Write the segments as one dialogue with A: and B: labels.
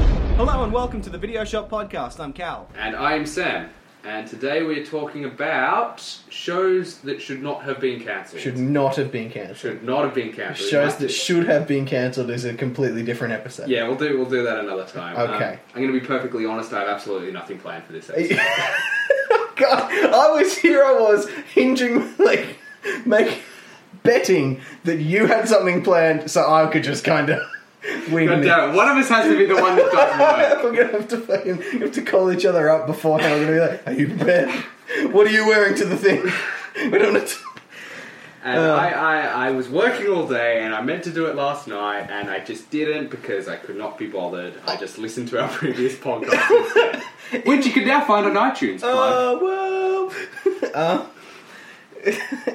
A: and welcome to the Video Shop Podcast. I'm Cal.
B: And I am Sam. And today we're talking about shows that should not have been cancelled.
C: Should not have been cancelled.
B: Should not have been cancelled.
C: Shows that should have been cancelled is a completely different episode.
B: Yeah, we'll do we'll do that another time. Um,
C: Okay.
B: I'm going to be perfectly honest. I have absolutely nothing planned for this episode.
C: God, I was here. I was hinging, like, make betting that you had something planned, so I could just kind of wing
B: God
C: it.
B: damn it! uh, One of us has to be the one that doesn't know.
C: We're gonna have to fucking we have to call each other up beforehand. We're gonna be like, "Are you prepared? What are you wearing to the thing?" We don't. Have to...
B: And
C: Uh.
B: I, I I was working all day, and I meant to do it last night, and I just didn't because I could not be bothered. I just listened to our previous podcast, instead, which you can now find on iTunes. plug.
C: Uh, well, uh,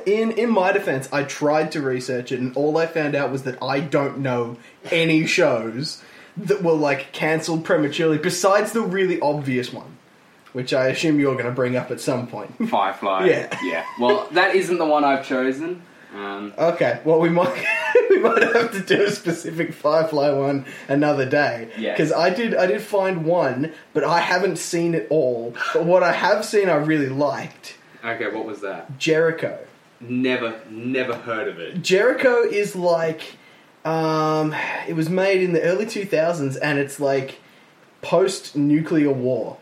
C: in in my defense, I tried to research it, and all I found out was that I don't know any shows that were like cancelled prematurely, besides the really obvious one, which I assume you're going to bring up at some point.
B: Firefly.
C: Yeah.
B: Yeah. Well, that isn't the one I've chosen. Um,
C: Okay, well we might we might have to do a specific Firefly one another day.
B: Yeah.
C: Because I did I did find one, but I haven't seen it all. But what I have seen, I really liked
B: okay, what was that?
C: Jericho.
B: Never, never heard of it.
C: Jericho is like um, it was made in the early 2000s and it's like post nuclear war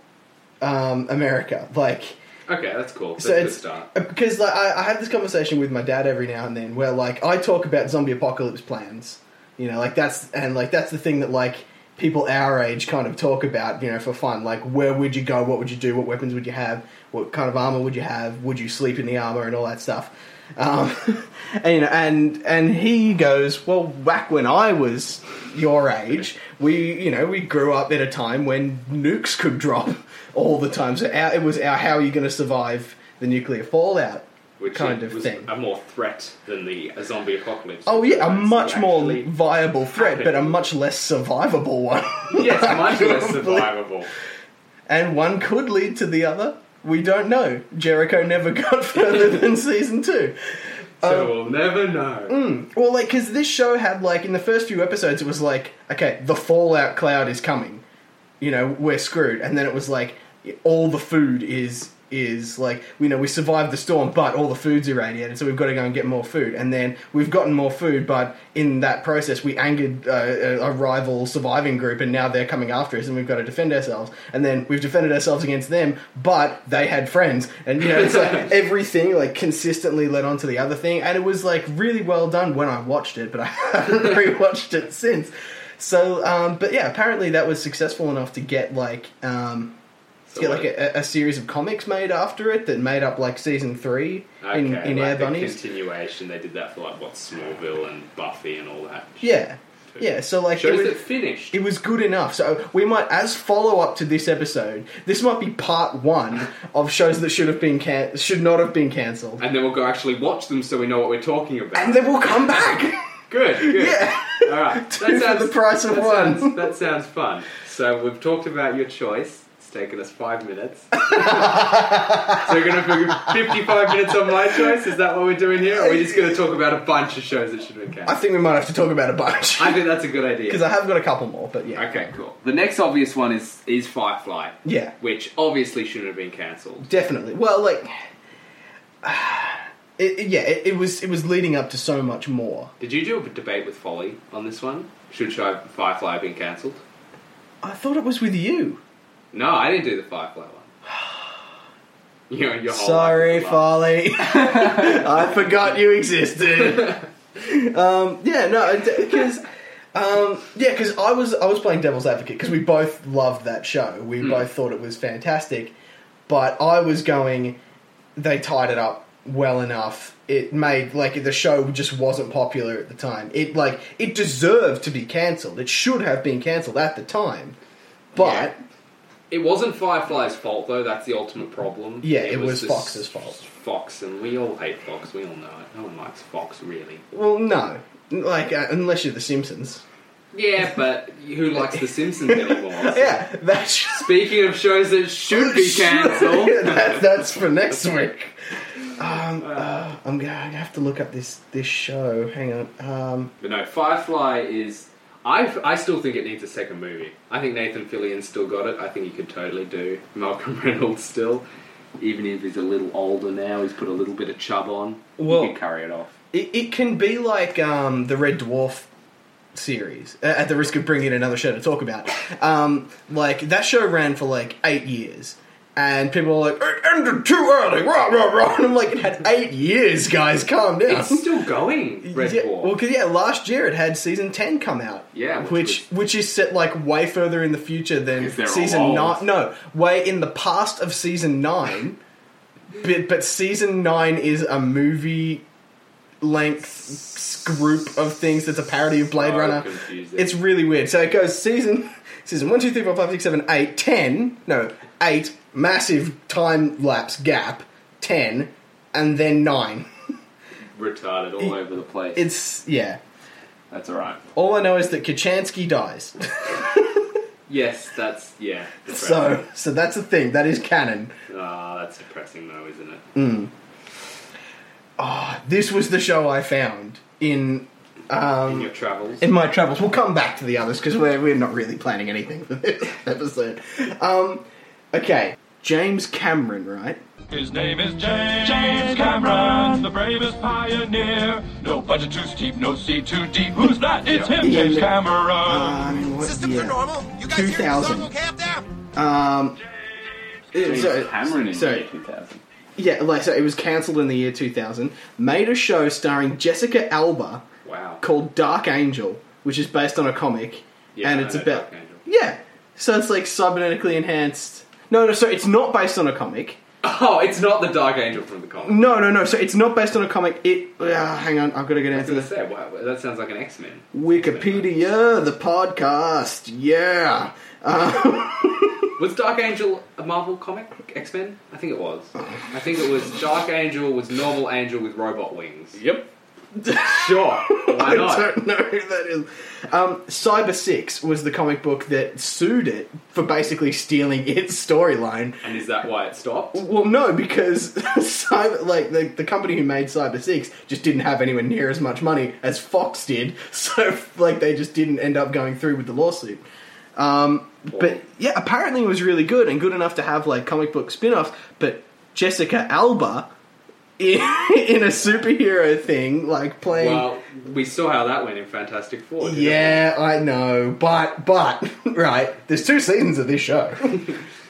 C: um, America like
B: Okay, that's cool. That's
C: so
B: a good
C: it's
B: start.
C: because like I, I have this conversation with my dad every now and then where like I talk about zombie apocalypse plans you know like that's and like that's the thing that like people our age kind of talk about you know for fun like where would you go what would you do what weapons would you have what kind of armor would you have would you sleep in the armor and all that stuff um, and, you know, and and he goes, well, back when I was your age, we you know we grew up at a time when nukes could drop all the time. So our, it was our how are you going to survive the nuclear fallout
B: Which
C: kind
B: it
C: of
B: was
C: thing.
B: a more threat than the a zombie apocalypse.
C: Oh yeah, a
B: That's
C: much more
B: actually-
C: viable threat, but a
B: happened.
C: much less survivable one.
B: yes, much less survivable.
C: and one could lead to the other. We don't know. Jericho never got further than season two.
B: So
C: Um,
B: we'll never know.
C: Well, like, because this show had, like, in the first few episodes, it was like, okay, the Fallout cloud is coming. You know, we're screwed. And then it was like, all the food is, is like, you know, we survived the storm, but all the food's irradiated, so we've got to go and get more food. And then we've gotten more food, but in that process, we angered uh, a- a rival surviving group, and now they're coming after us, and we've got to defend ourselves. And then we've defended ourselves against them, but they had friends. And, you know, it's like, everything like consistently led on to the other thing and it was like really well done when i watched it but i haven't rewatched it since so um, but yeah apparently that was successful enough to get like um,
B: So
C: get
B: what-
C: like a, a series of comics made after it that made up like season three
B: okay,
C: in,
B: like
C: in air
B: the
C: bunnies
B: continuation. They did that for like what Smallville and Buffy and all that.
C: yeah yeah so like
B: Shows
C: it was,
B: that finished.
C: It was good enough. So we might, as follow up to this episode, this might be part one of shows that should have been can- should not have been cancelled,
B: and then we'll go actually watch them so we know what we're talking about.
C: and then we'll come back.
B: Good, good.
C: Yeah.
B: All right.
C: Two for the price of
B: that
C: one.
B: Sounds, that sounds fun. So we've talked about your choice. It's taken us five minutes. so you're going to figure 55 minutes on my choice? Is that what we're doing here? Or are we just going to talk about a bunch of shows that should have been
C: I
B: cancelled?
C: think we might have to talk about a bunch.
B: I think that's a good idea.
C: Because I have got a couple more, but yeah.
B: Okay, cool. The next obvious one is is Firefly.
C: Yeah.
B: Which obviously shouldn't have been cancelled.
C: Definitely. Well, like, it, it- yeah, it, it was it was leading up to so much more.
B: Did you do a debate with Folly on this one? Should Shy- Firefly have been cancelled?
C: I thought it was with you.
B: No, I didn't do the Firefly one. Your, your whole
C: Sorry,
B: life is a lie.
C: Folly. I forgot you existed. um, yeah, no, because. Um, yeah, because I was I was playing Devil's Advocate because we both loved that show. We both thought it was fantastic, but I was going. They tied it up well enough. It made like the show just wasn't popular at the time. It like it deserved to be cancelled. It should have been cancelled at the time, but
B: It wasn't Firefly's fault though. That's the ultimate problem.
C: Yeah, it was
B: the
C: Fox's
B: s-
C: fault.
B: Fox, and we all hate Fox. We all know it. No one likes Fox, really.
C: well, no, like uh, unless you're The Simpsons.
B: Yeah, but who likes The Simpsons anymore?
C: Yeah, that should
B: Speaking of shows that should be cancelled,
C: that, that's for next week. Um, uh, I'm gonna I have to look up this this show. Hang on. Um,
B: but no, Firefly is. I- I, I still think it needs a second movie. I think Nathan Fillion still got it. I think he could totally do Malcolm Reynolds still, even if he's a little older now. He's put a little bit of chub on.
C: Well-
B: he could carry it off.
C: It, it can be like um, the Red Dwarf series, a- at the risk of bringing in another show to talk about. Um, like, that show ran for like eight years. And people were like, it ended too early, rah, rah, rah. And I'm like, it had eight years, guys, calm down.
B: It's still going. Red
C: yeah,
B: Dwarf.
C: Well, 'cause, yeah, last year it had season ten come out.
B: Yeah, which
C: which which, is set like way further in the future than
B: Because they're
C: season
B: all
C: nine.
B: old.
C: No, way in the past of season nine. but but season nine is a movie length s- group of things that's a parody of Blade
B: So
C: Runner.
B: confusing.
C: It's really weird. So it goes season season one, two, three, four, five, six, seven, eight, ten. No, eight massive time lapse gap. Ten, and then nine.
B: retarded all over the place.
C: It's yeah.
B: That's all right.
C: All I know is that Kachansky dies.
B: Yes, that's yeah.
C: so so that's a thing. That is canon.
B: ah, that's depressing though, isn't it?
C: This was the show I found in
B: In your travels.
C: in my travels. We'll come back to the others because we're we're not really planning anything for this episode. Um, okay, James Cameron, right?
D: His name is James, James Cameron, the bravest pioneer. No budget too steep, no sea too deep. Who's that? It's him,
C: Yeah.
D: James Cameron.
C: I mean, Uh, what
E: System
C: year?
E: for normal. You guys hear the
C: 2000.
E: song okay up there?
C: Um,
F: James
C: so-
F: Cameron in
C: so-
F: the year 2000.
C: yeah, like so, it was cancelled in the year 2000. Made a show starring Jessica Alba
B: wow.
C: called Dark Angel, which is based on a comic,
B: Yeah,
C: and
B: I
C: it's
B: know
C: about
B: Dark Angel.
C: yeah. So it's like cybernetically enhanced. No, no. So it's not based on a comic.
B: Oh, it's not the Dark Angel from the comic.
C: No, no, no. So it's not based on a comic. It. ah, hang on, I've got to get
B: I was
C: into
B: gonna
C: this.
B: say, wow, that sounds like an X Men.
C: Wikipedia, the podcast. Yeah.
B: Was Dark Angel a Marvel comic? X Men? I think it was. I think it was Dark Angel was normal angel with robot wings.
F: Yep.
B: Sure. Why
C: I
B: not?
C: don't know who that is. Um, Cyber Six was the comic book that sued it for basically stealing its storyline.
B: And is that why it stopped?
C: Well, no, because cyber, like the, the company who made Cyber Six just didn't have anywhere near as much money as Fox did, so like they just didn't end up going through with the lawsuit. Um, but yeah, apparently it was really good and good enough to have like comic book spin-offs. But Jessica Alba in, in a superhero thing, like playing.
B: Well, we saw how that went in Fantastic Four. didn't we?
C: yeah, I know, but but right, there's two seasons of this show.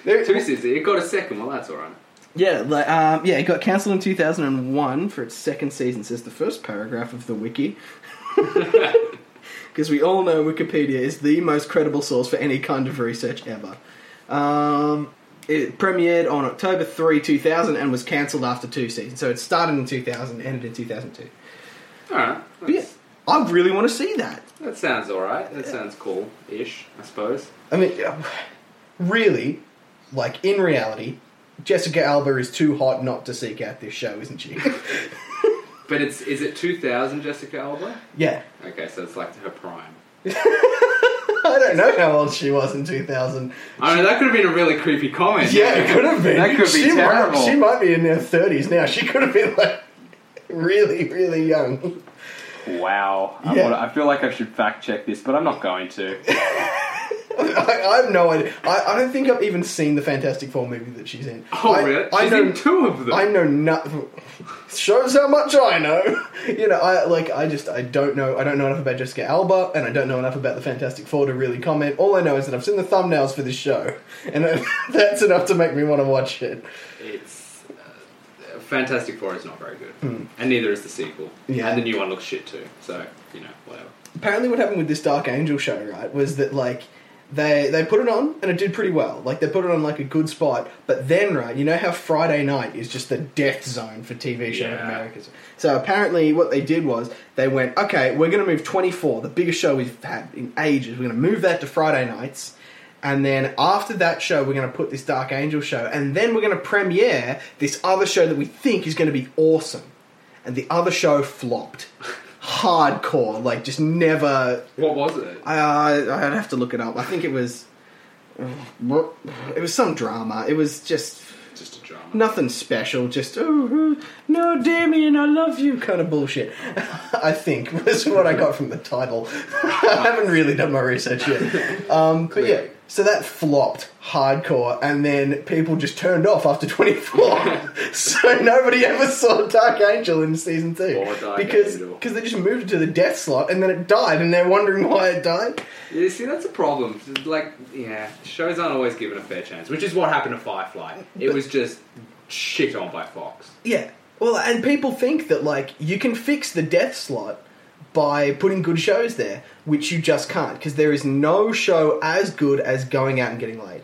C: There-
B: Two seasons. It got a second. Well, that's all right.
C: Yeah, like um, yeah, it got cancelled in 2001 for its second season. Says the first paragraph of the wiki. Because we all know Wikipedia is the most credible source for any kind of research ever. Um, it premiered on October 3, 2000, and was cancelled after two seasons. So it started in 2000, ended in 2002.
B: All right.
C: But yeah, I really want to see that.
B: That sounds all right. That sounds cool-ish, I suppose.
C: I mean, yeah, really, like in reality, Jessica Alba is too hot not to seek out this show, isn't she?
B: But it's is it 2000 Jessica Alba?
C: yeah.
B: Okay, so it's like her prime.
C: I don't know how old she was in 2000.
B: I mean, that could have been a really creepy comment.
C: Yeah, it could have been.
F: That could be
C: she
F: terrible.
C: Might, she might be in her 30s now. She could have been like really, really young.
F: Wow. I,
C: Yeah.
F: wanna, I feel like I should fact check this, but I'm not going to.
C: I, I have no idea. I, I don't think I've even seen the Fantastic Four movie that she's in.
B: Oh,
C: I,
B: really?
C: I
B: She's
C: know.
B: in two of them.
C: I know nothing. Shows how much I know. You know, I like. I just. I don't know. I don't know enough about Jessica Alba, and I don't know enough about the Fantastic Four to really comment. All I know is that I've seen the thumbnails for this show, and that's enough to make me want to watch it.
B: It's uh, Fantastic Four is not very good, and neither is the sequel.
C: Hmm. Yeah.
B: and the new one looks shit too. So you know, whatever.
C: apparently what happened with this Dark Angel show, right, was that like they they put it on and it did pretty well. Like they put it on like a good spot, but then right, you know how Friday night is just the death zone for TV show in
B: Yeah.
C: America. So apparently what they did was they went, okay, we're going to move 24, the biggest show we've had in ages. We're going to move that to Friday nights. And then after that show, we're going to put this Dark Angel show, and then we're going to premiere this other show that we think is going to be awesome. And the other show flopped. Hardcore, like just never.
B: What was it?
C: I, I I'd have to look it up. I think it was, it was some drama. It was just
G: just a drama.
C: nothing special, just oh, oh, no, Damien, I love you, kind of bullshit. I think was what I got from the title. I haven't really done my research yet, um, but yeah.
G: Clearly.
C: So that flopped hardcore, and then people just turned off after 24. so nobody ever saw Dark Angel in season two
G: Or Dark
C: because
G: Angel.
C: because they just moved it to the death slot, and then it died, and they're wondering why it died.
G: You see, that's a problem. Like, yeah, shows aren't always given a fair chance, which is what happened to Firefly. It was just shit on by Fox.
C: Yeah. Well, and people think that like you can fix the death slot by putting good shows there, which you just can't because there is no show as good as going out and getting laid.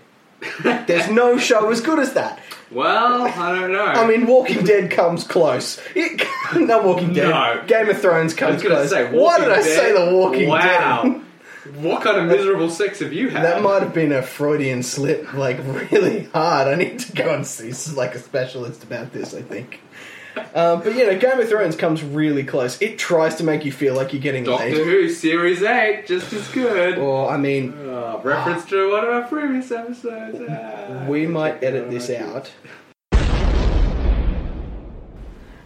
C: There's no show as good as that.
G: Well, I don't know.
C: I mean, Walking Dead comes close. It, no, Walking Dead.
G: No.
C: Game of Thrones
G: I was
C: comes
G: going to
C: close.
G: say,
C: Why
G: Walking
C: did I say
G: Dead?
C: the Walking
G: wow.
C: Dead?
G: What kind of miserable sex have you had?
C: That might have been a Freudian slip, like really hard. I need to go and see like a specialist about this. I think. Um, but you know, Game of Thrones comes really close. It tries to make you feel like you're getting
G: Doctor
C: laid.
G: Who Series Eight, just as good.
C: Or I mean,
G: Uh, reference to one of our previous episodes. Ah,
C: we
G: check
C: might
G: it
C: edit this
G: iTunes.
C: out.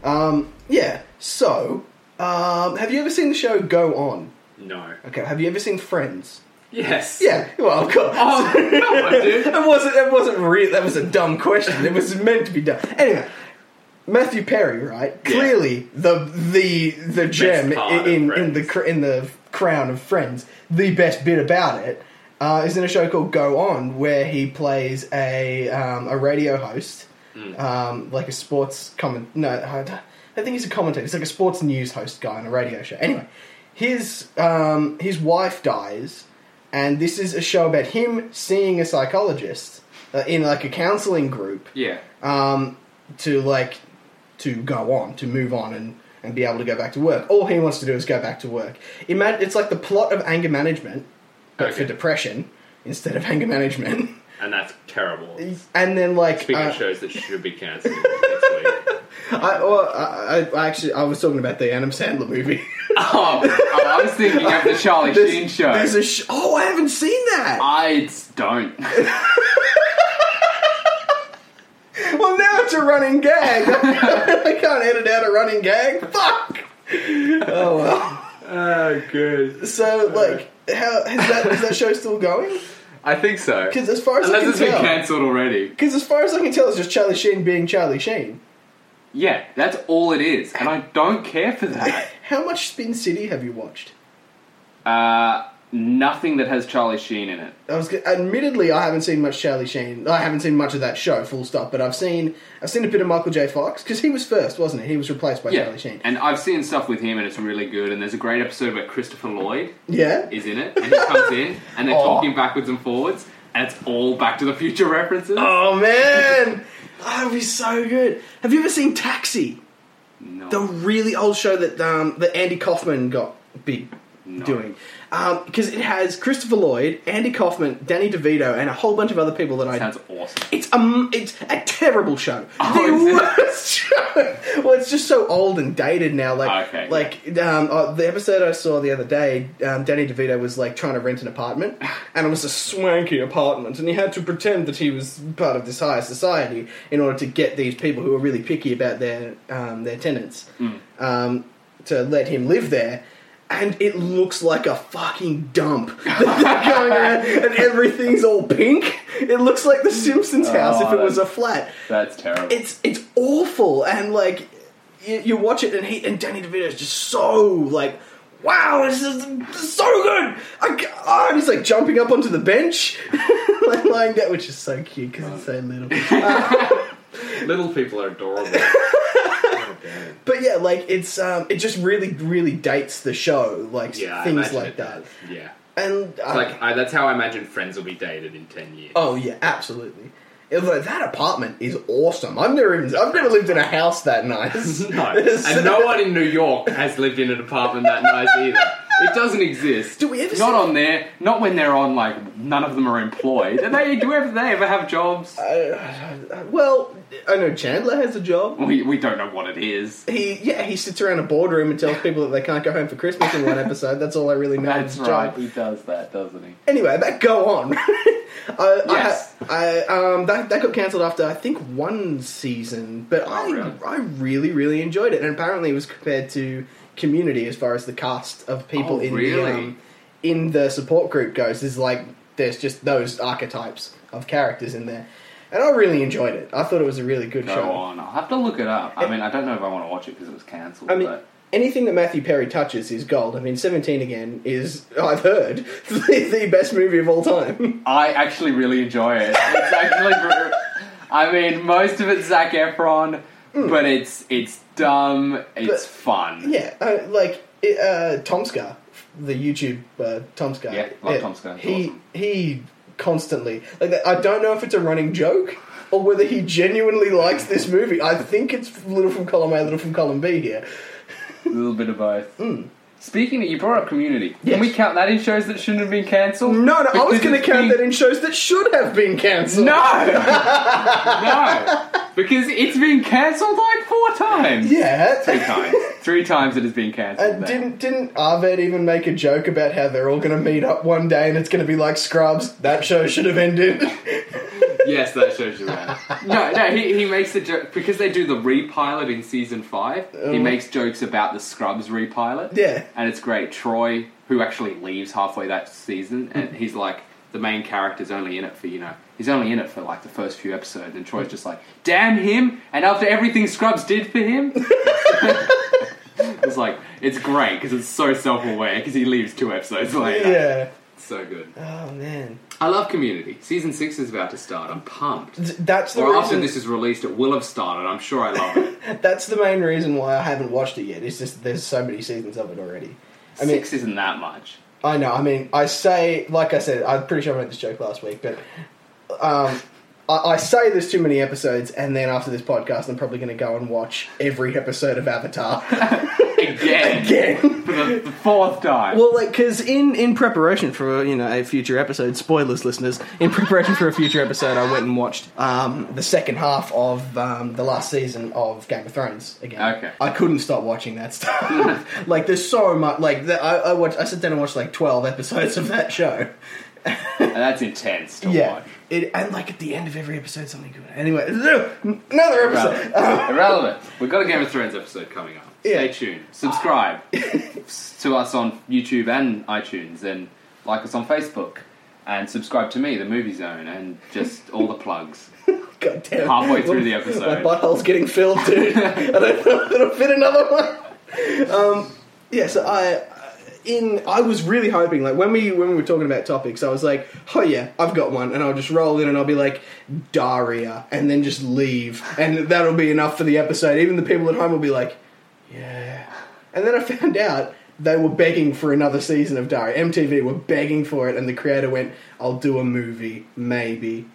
C: Um, yeah. So, um, have you ever seen the show Go On?
G: No.
C: Okay. Have you ever seen Friends?
G: Yes.
C: Yeah. Well, of course.
G: Oh, come on, dude.
C: That wasn't. That wasn't real. That was a dumb question. It was meant to be dumb. Anyway, Matthew Perry, right? Clearly, the the the gem
G: part
C: in
G: of
C: in, the
G: Friends.
C: cr- in the crown of Friends. The best bit about it uh, is in a show called Go On, where he plays a um, a radio host,
G: Hmm.
C: um, like a sports comment. No, I don't- I think he's a commentator. He's like a sports news host guy on a radio show. Anyway, his um, his wife dies, and this is a show about him seeing a psychologist uh, in like a counseling group
G: Yeah.
C: um, to like to go on to move on and and be able to go back to work. All he wants to do is go back to work. Imagine it's like the plot of anger management, but for
G: Okay.
C: depression instead of anger management.
G: And that's terrible.
C: And then like
G: Speaking
C: uh,
G: of shows that should be cancelled next week.
C: I, well, I, I- I actually I was talking about the Adam Sandler movie.
B: Oh, I was thinking of the Charlie Sheen
C: there's,
B: show.
C: there's a sh- oh I haven't seen that.
B: I don't.
C: Well, now it's a running gag. I can't edit out a running gag. Fuck. Oh well.
G: Oh, good.
C: So, like, how is that? Is that show still going?
B: I think so.
C: Because as far as I
B: Unless
C: can
B: it's been
C: tell,
B: cancelled already.
C: because as far as I can tell, it's just Charlie Sheen being Charlie Sheen.
B: Yeah, that's all it is, and I don't care for that.
C: How much Spin City have you watched?
B: Uh, nothing that has Charlie Sheen in it.
C: I was g- admittedly I haven't seen much Charlie Sheen. I haven't seen much of that show, full stop. But I've seen I've seen a bit of Michael J. Fox because he was first, wasn't he? He was replaced by
B: Yeah,
C: Charlie Sheen.
B: and I've seen stuff with him, and it's really good. And there's a great episode where Christopher Lloyd
C: Yeah.
B: is in it, and he comes in, and they're
C: Aw.
B: talking backwards and forwards, and it's all Back to the Future references.
C: Oh man, that would be so good. Have you ever seen Taxi?
B: no.
C: the really old show that um, that Andy Kaufman got big doing because it has Christopher Lloyd, Andy Kaufman, Danny DeVito, and a whole bunch of other people that I.
B: sounds awesome.
C: it's um, it's a terrible show.
B: Oh, is
C: the
B: it?
C: worst show. Well, it's just so old and dated now. Like,
B: Okay,
C: like um, uh, the episode I saw the other day, um, Danny DeVito was like trying to rent an apartment, and it was a swanky apartment, and he had to pretend that he was part of this higher society in order to get these people who were really picky about their um, their tenants
B: Mm.
C: um, to let him live there. And it looks like a fucking dump. They're going around and everything's all pink. It looks like the Simpsons house if
B: Oh,
C: it was a
B: that's-
C: flat
B: That's terrible.
C: it's it's awful and like you, you watch it and he and Danny DeVito is just so like wow this is so good I, ca- ah, and he's like jumping up onto the bench like lying down which is so cute because it's so little
G: Little people are adorable. Okay.
C: but yeah like it's um it just really really dates the show like
G: Yeah, I
C: things
G: imagine
C: like
G: it
C: that
G: does. Yeah,
C: and uh,
G: like I, that's how I imagine Friends will be dated in ten years.
C: oh yeah absolutely It- like, that apartment is awesome I've never even I've never lived in a house that nice
G: No, and no one in New York has lived in an apartment that nice either. It doesn't exist.
C: do we ever
B: not on there. Not when they're on. Like none of them are employed. And they do ever they ever have jobs?
C: Uh, well, I know Chandler has a job.
B: we we don't know what it is.
C: He yeah, he sits around a boardroom and tells people that they can't go home for Christmas in one episode. That's all I really know. of
B: That's
C: his
B: right.
C: Job.
B: He does that, doesn't he?
C: Anyway, that go on. I,
B: Yes.
C: I, I um that, that got cancelled after I think one season, but I
B: Oh, really?
C: I really really enjoyed it, and apparently it was compared to Community as far as the cast of people
B: Oh,
C: in
B: really?
C: the um, in the support group goes. There's like there's just those archetypes of characters in there, and I really enjoyed it. I thought it was a really good
B: Go
C: show.
B: on. I'll have to look it up. I mean, I don't know if I want to watch it because it was cancelled.
C: I mean,
B: but
C: anything that Matthew Perry touches is gold. I mean, 17 again is, I've heard, the, the best movie of all time.
B: I actually really enjoy it. It's actually, ver- I mean, most of it's Zac Efron,
C: Hmm.
B: but it's it's dumb. It's fun.
C: yeah, uh, like, it, uh, Tomska, the YouTube uh, Tomska.
B: Yeah, love Tomska, he's
C: He,
B: awesome.
C: he constantly, like, I don't know if it's a running joke or whether he genuinely likes this movie. I think it's Little from Column A, Little from Column B here.
B: A little bit of both. Speaking of, you brought up Community.
C: Hmm. Yes.
B: Can we count that in shows that shouldn't have been cancelled?
C: No, no, I was
B: Because
C: going to
B: it's
C: count
B: being-
C: that in shows that should have been cancelled.
B: No! no! Because it's been cancelled like four times.
C: Yeah.
B: Three times. Three times it has been cancelled.
C: And
B: now.
C: Uh, didn't didn't Arved even make a joke about how they're all going to meet up one day and it's going to be like Scrubs? That show should have ended.
G: yes, that shows you that.
B: No, no, he, he makes the joke because they do the repilot in season five. he makes jokes about the Scrubs repilot.
C: Uh-huh. Yeah.
B: and it's great. Troy, who actually leaves halfway that season,
C: Hmm.
B: and he's like the main character's only in it for you know he's only in it for like the first few episodes, and Troy's just like, damn him! And after everything Scrubs did for him. It's like it's great because it's so self-aware because he leaves two episodes later.
C: yeah.
G: So good.
C: Oh man,
G: I love Community. Season six is about to start. I'm pumped.
C: Th- that's the
G: Or after
C: reason.
G: this is released, it will have started. I'm sure I love it.
C: That's the main reason why I haven't watched it yet. It's just there's so many seasons of it already. I mean,
B: Six isn't that much.
C: I know. I mean, I say like I said. I'm pretty sure I made this joke last week, but um, I, I say there's too many episodes, and then after this podcast, I'm probably going to go and watch every episode of Avatar
B: Again,
C: again.
B: for the, the fourth time.
C: Well, like, because in in preparation for you know a future episode, spoilers, listeners. In preparation for a future episode, I went and watched um, the second half of um, the last season of Game of Thrones again.
B: Okay.
C: I couldn't stop watching that stuff. like, there's so much. Like, the, I, I watched. I sat down and watched like 12 episodes of that show.
B: And that's intense to
C: Yeah.
B: watch.
C: It, and like at the end of every episode, something good. Anyway, another episode.
B: Irrelevant. Irrelevant.
G: We've got a Game of Thrones episode coming up.
C: Yeah.
B: Stay tuned. Subscribe to us on YouTube and iTunes, and like us on Facebook, and subscribe to me, the Movie Zone, and just all the plugs.
C: God damn.
B: Halfway through the
C: My
B: episode.
C: butthole's getting filled, dude. I don't know if it'll fit another one. Um, yeah, so I in I was really hoping like when we when we were talking about topics, I was like, oh yeah, I've got one, and I'll just roll in and I'll be like Daria, and then just leave, and that'll be enough for the episode. Even the people at home will be like, yeah. And then I found out they were begging for another season of Daria. MTV were begging for it, and the creator went, "I'll do a movie, maybe."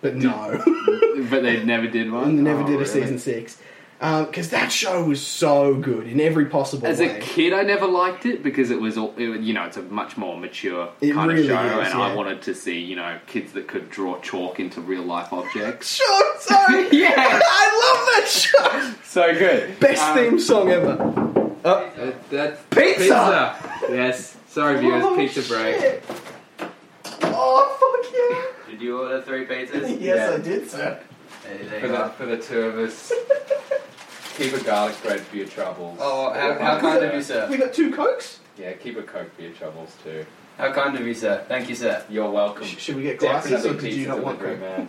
C: But no.
B: But they never did one.
C: and they never
B: Oh,
C: did a
B: really?
C: season six because that show was so good in every possible
B: As
C: way.
B: a kid, I never liked it because it was all, it, was- you know, it's a much more mature
C: It
B: kind
C: really
B: of show,
C: is,
B: and
C: yeah.
B: I wanted to see, you know, kids that could draw chalk into real life objects.
C: Sure, sorry.
B: Yeah.
C: I love that show.
B: So good.
C: Best
B: Um,
C: theme song ever.
G: That, that's
C: Pizza!
G: Yes. Sorry, viewers.
C: Oh,
G: pizza break.
C: shit. Oh fuck
H: Did you order three
C: yeah! Yes,
H: pizzas?
B: Yeah.
C: I did, sir.
H: Hey, there
G: For
H: you
G: the,
H: go.
G: for the two of us. Keep a garlic bread for your troubles.
H: Oh, how, how kind of you,
C: We
H: sir.
C: got two cokes.
G: Yeah, keep a coke for your troubles too.
H: How kind of you, sir. Thank you, sir.
G: You're welcome.
C: Sh- should we get glasses or
G: Definitely
C: did you
G: pieces
C: not
G: of
C: want
G: the great
C: coke?
G: man.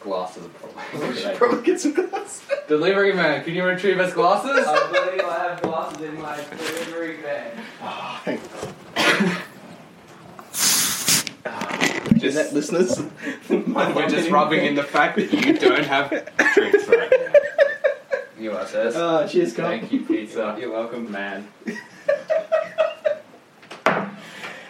G: Glasses are
C: We should
G: probably.
C: probably get some glasses.
G: Delivery man, can you retrieve us glasses?
C: Uh,
H: I believe I have glasses in my delivery van.
C: Is that listeners? We're
G: We're just rubbing in the fact that you don't have drinks right now.
H: You are, sir.
C: Oh,
B: Uh,
C: cheers, Carl.
G: Thank you, pizza.
H: You're welcome.
G: Man.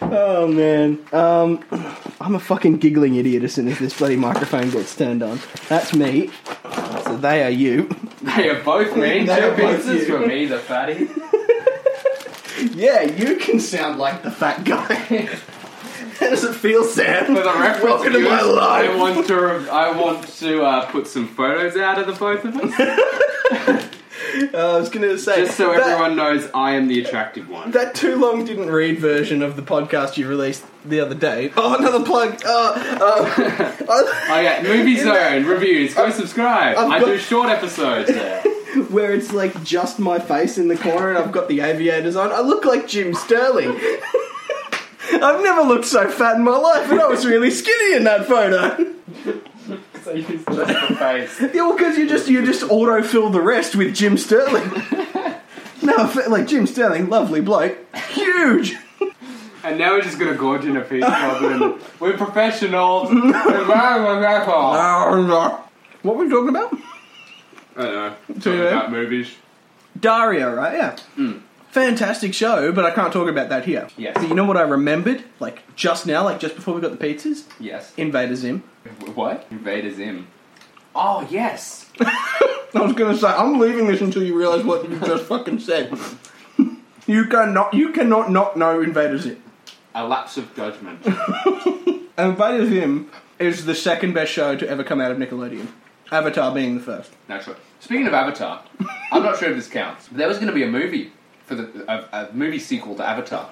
C: Oh man, um, I'm a fucking giggling idiot as soon as this bloody microphone gets turned on. That's me. So they are you.
B: They are both me.
C: They are
B: Two
C: both
B: pizzas
C: you.
B: for me, the fatty.
C: Yeah, you can sound like the fat guy. How does it feel, Sam?
B: For the reference
C: Welcome to my
B: viewers, I
C: life.
B: want to I want to uh, put some photos out of the both of us.
C: Uh, I was going to say
B: Just so
C: that-
B: everyone knows, I am the attractive one.
C: That too long didn't read version of the podcast you released the other day. Oh, another plug. Uh, uh,
B: Oh yeah, Movie
C: In
B: Zone
C: that-
B: reviews. Go subscribe.
C: I've
B: I
C: got-
B: do short episodes there.
C: where it's like just my face in the corner and I've got the aviators on. I look like Jim Sterling. I've never looked so fat in my life, and I was really skinny in that photo.
B: so you just the face.
C: Yeah, well, because you just you just autofill the rest with Jim Sterling. no, offence- like Jim Sterling, lovely bloke, huge.
B: And now we're just gonna gorge in a piece of and We're professionals. We're very professional.
C: what were we talking about?
B: I don't know. Talking
C: Too bad.
B: about movies.
C: Dario, right? Yeah. Fantastic show, but I can't talk about that here.
B: Yes.
C: But you know what I remembered? Like just now, like just before we got the pizzas,
B: Yes.
C: Invader Zim.
B: What? Invader Zim. Oh yes.
C: I was gonna say I'm leaving this until you realize what you just fucking said. you cannot, you cannot not know Invader Zim.
B: A lapse of judgment.
C: Invader Zim is the second best show to ever come out of Nickelodeon. Avatar being the first.
B: Naturally. Speaking of Avatar, I'm not sure if this counts, but there was gonna be a movie for the a, a movie sequel to Avatar.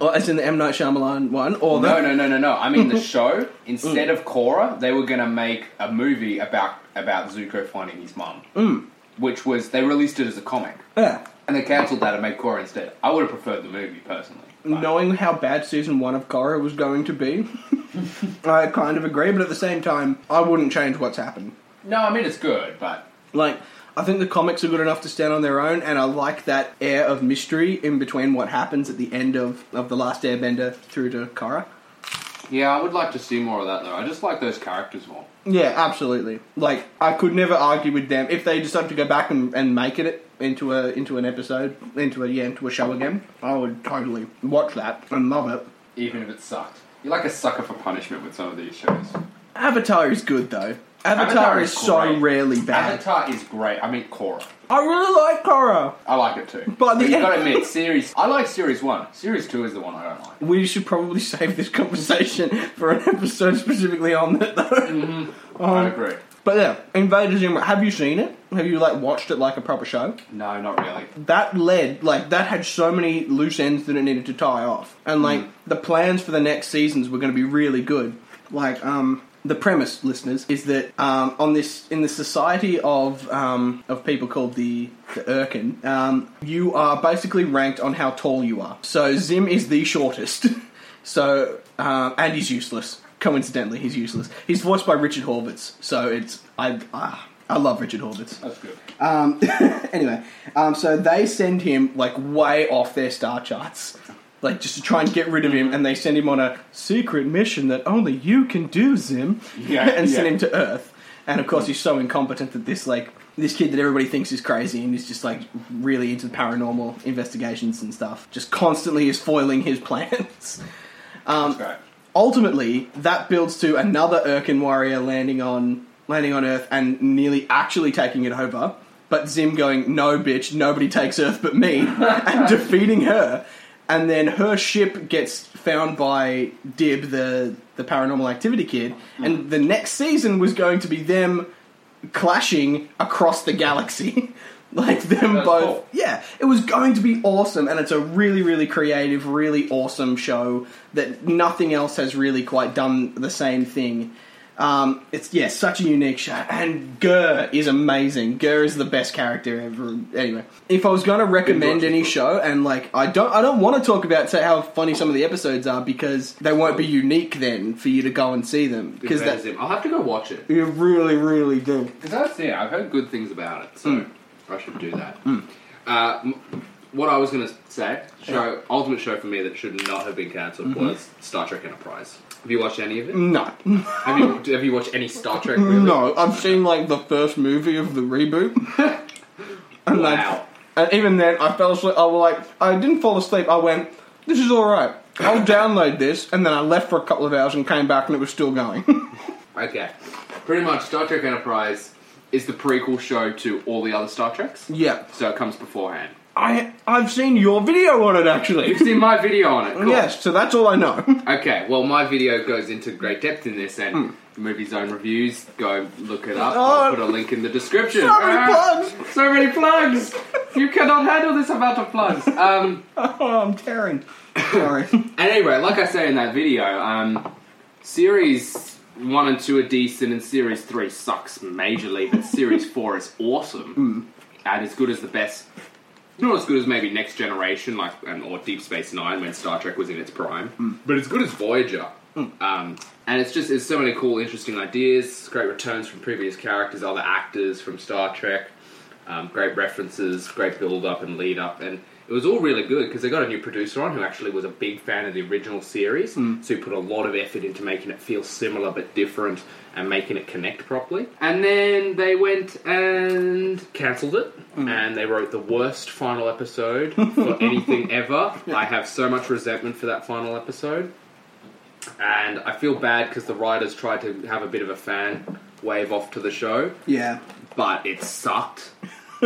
C: Or as in the M Night Shyamalan one, or the
B: No, no, no, no, no. I mean the show.
C: Mm.
B: Instead of Korra, they were gonna make a movie about about Zuko finding his mum,
C: Mm.
B: which was they released it as a comic,
C: Yeah.
B: and they cancelled that and made Korra instead. I would have preferred the movie personally. but-
C: knowing how bad season one of Korra was going to be, I kind of agree, but at the same time, I wouldn't change what's happened.
B: no, I mean it's good, but
C: Like, I think the comics are good enough to stand on their own, and I like that air of mystery in between what happens at the end of, of The Last Airbender through to Korra.
B: yeah, I would like to see more of that though. I just like those characters more.
C: Yeah, absolutely. Like, I could never argue with them if they decided to go back and, and make it into a into an episode, into a yeah, into a show again. I would totally watch that and love it.
B: Even if it sucked, you're like a sucker for punishment with some of these shows.
C: Avatar is good though. Avatar,
B: Avatar
C: is,
B: is
C: so
B: great.
C: rarely bad.
B: Avatar is great. I mean Korra.
C: I really like Korra.
B: I like it too.
C: But the-
B: you gotta admit, series. I like series one. Series two is the one I don't like.
C: We should probably save this conversation for an episode specifically on that, though. Mm-hmm. Um,
B: I agree.
C: But yeah, Invader Zim. Have you seen it? Have you like watched it like a proper show?
B: No, not really.
C: That led like that had so many loose ends that it needed to tie off, and like the plans for the next seasons were going to be really good. Like um, the premise, listeners, is that um, on this in the society of um, of people called the the Urkin, um, you are basically ranked on how tall you are. So Zim is the shortest. So, um, and he's useless. Coincidentally, he's useless. He's voiced by Richard Horvitz. So it's I ah, I love Richard Horvitz.
B: That's good.
C: Um, anyway, um, so they send him like way off their star charts, like just to try and get rid of him, and they send him on a secret mission that only you can do, Zim.
B: Yeah,
C: and send
B: yeah. Hmm.
C: him to Earth. And of course, he's so incompetent that this like this kid that everybody thinks is crazy and is just like really into paranormal investigations and stuff, just constantly is foiling his plans.
B: That's great.
C: ultimately that builds to another Urkin warrior landing on landing on Earth and nearly actually taking it over. But Zim going, no bitch, nobody takes Earth but me, and defeating her. And then her ship gets found by Dib, the the paranormal activity kid. And the next season was going to be them clashing across the galaxy. like them
B: That's
C: both.
B: cool.
C: Yeah, it was going to be awesome, and it's a really, really creative, really awesome show that nothing else has really quite done the same thing. Um, it's yeah, such a unique show, and Gurr is amazing. Gurr is the best character ever. Anyway, if I was going to recommend any show, and like I don't, I don't want to talk about say, how funny some of the episodes are because they won't be unique then for you to go and see them because
B: Invader
C: that
B: Zim. I'll have to go watch it
C: you really, really do.
B: because I've seen it. I've heard good things about it, so I should do that. Uh, m- what I was going to say, show ultimate show for me that should not have been canceled was Star Trek Enterprise. Have you watched any of it?
C: No,
B: have you Have you watched any Star Trek? Really?
C: No, I've seen like the first movie of the reboot. and like-
B: Wow.
C: and even then, I fell asleep. I was like, I didn't fall asleep. I went, this is all right. I'll download this, and then I left for a couple of hours and came back, and it was still going.
B: Okay, pretty much Star Trek Enterprise is the prequel show to all the other Star Treks.
C: yeah,
B: So it comes beforehand.
C: I I've seen your video on it actually.
B: You've seen my video on it. Cool.
C: Yes, so that's all I know.
B: Okay, well, my video goes into great depth in this, and Movie Zone Reviews, go look it up.
C: Oh.
B: I'll put a link in the description. Ah,
C: So many plugs.
B: So many plugs! You cannot handle this amount of plugs. Um,
C: Oh, I'm tearing. Sorry.
B: and anyway, like I say in that video, um, series one and two are decent, and series three sucks majorly, but series four is awesome and as good as the best. Not as good as maybe Next Generation, like and, or Deep Space Nine when Star Trek was in its prime, but as good as Voyager. Um, and it's just it's so many cool, interesting ideas, great returns from previous characters, other actors from Star Trek, um, great references, great build up and lead up, and it was all really good because they got a new producer on who actually was a big fan of the original series, so he put a lot of effort into making it feel similar but different and making it connect properly. And then they went and Hmm. cancelled it, and they wrote the worst final episode for anything ever. I have so much resentment for that final episode and I feel bad because the writers tried to have a bit of a fan wave off to the show,
C: yeah.
B: but it sucked.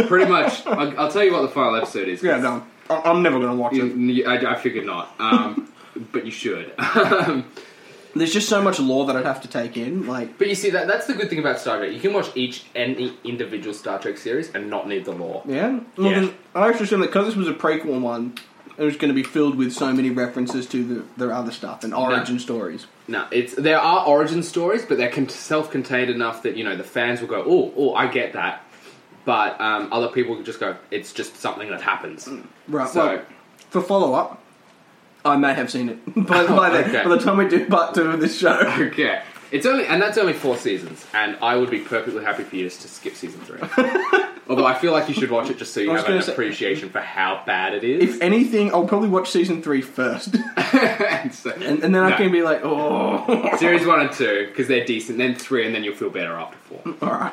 B: Pretty much, I'll, I'll tell you what the final episode is. 'cause
C: Yeah, no. I- I'm never gonna watch it.
B: you- you- I, I figured not, um, but you should. Um,
C: There's just so much lore that I'd have to take in. Like,
B: but you see, that that's the good thing about Star Trek. You can watch each any individual Star Trek series and not need the lore.
C: yeah. Well,
B: Yeah.
C: then I actually assume that because this was a prequel one, it was going to be filled with so many references to the, their other stuff and origin stories.
B: No, it's there are origin stories, but they're con- self-contained enough that you know the fans will go, "Oh, oh, I get that," but um, other people will just go, "It's just something that happens."
C: Mm. Right.
B: So-
C: well, for follow up, I may have seen it by, by, the,
B: Okay.
C: by the time we do part two of this show.
B: Okay. It's only and that's only four seasons, and I would be perfectly happy for you just to skip season three. Although I feel like you should watch it just so you
C: I was
B: have an
C: gonna say-
B: appreciation for how bad it is.
C: If anything, I'll probably watch season three first,
B: and, so-
C: and, and then I
B: No.
C: can be like, oh,
B: series one and two because they're decent, then three, and then you'll feel better after four.
C: all right.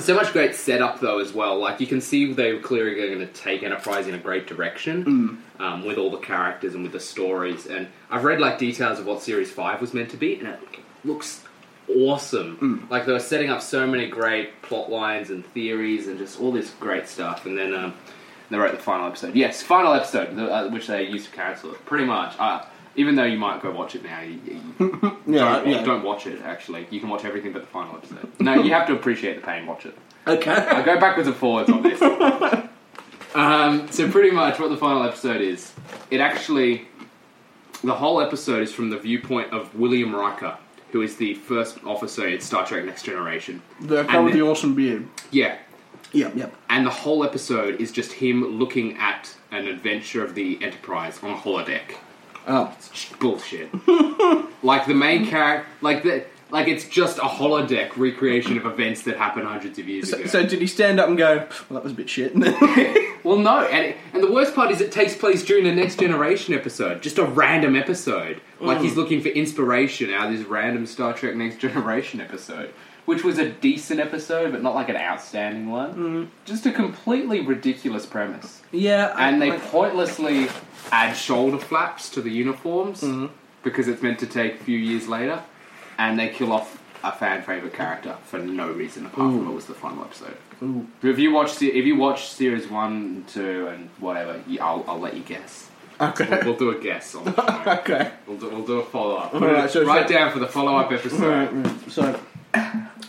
B: so much great setup though as well. Like you can see they were clearly going to take Enterprise in a great direction
C: Mm.
B: um, with all the characters and with the stories. And I've read like details of what Series Five was meant to be, and it looks
C: Mm.
B: awesome. Like they were setting up so many great plot lines and theories and just all this great stuff. And then um, they wrote the final episode. Yes, final episode, the, uh, which they used to cancel it. Pretty much. Uh, even though you might go watch it now, you, you
C: Yeah,
B: don't, wa-
C: yeah.
B: don't watch it. Actually, you can watch everything but the final episode. No, you have to appreciate the pain. Watch it.
C: Okay.
B: I go backwards and forwards on this. um, so pretty much what the final episode is, it actually, the whole episode is from the viewpoint of William Riker, who is the first officer in Star Trek Next Generation.
C: The guy
B: And
C: with
B: then-
C: the awesome beard.
B: Yeah,
C: Yep, yep.
B: and the whole episode is just him looking at an adventure of the Enterprise on a holodeck.
C: Oh.
B: Ah, It's just bullshit. like the main character, like the. Like it's just a holodeck recreation of events that happened hundreds of years
C: So,
B: ago.
C: so did he stand up and go, "Pff, well, that was a bit shit?
B: Well, no, and it, and the worst part is it takes place during the Next Generation episode, just a random episode. Like he's looking for inspiration out of this random Star Trek Next Generation episode, which was a decent episode, but not like an outstanding one. Just a completely ridiculous premise,
C: yeah. I-
B: and they
C: like-
B: pointlessly add shoulder flaps to the uniforms
C: Mm-hmm.
B: because it's meant to take a few years later, and they kill off a fan favorite character for no reason apart from it was the final episode.
C: Ooh.
B: If you watch, se- if you watch series one, two, and whatever, you, I'll, I'll let you guess. We'll,
C: Okay.
B: we'll do a guess. On the show.
C: okay.
B: we'll, do, we'll do a follow up.
C: Alright, so-
B: Write
C: so-
B: down for the follow up episode.
C: Alright, right. So.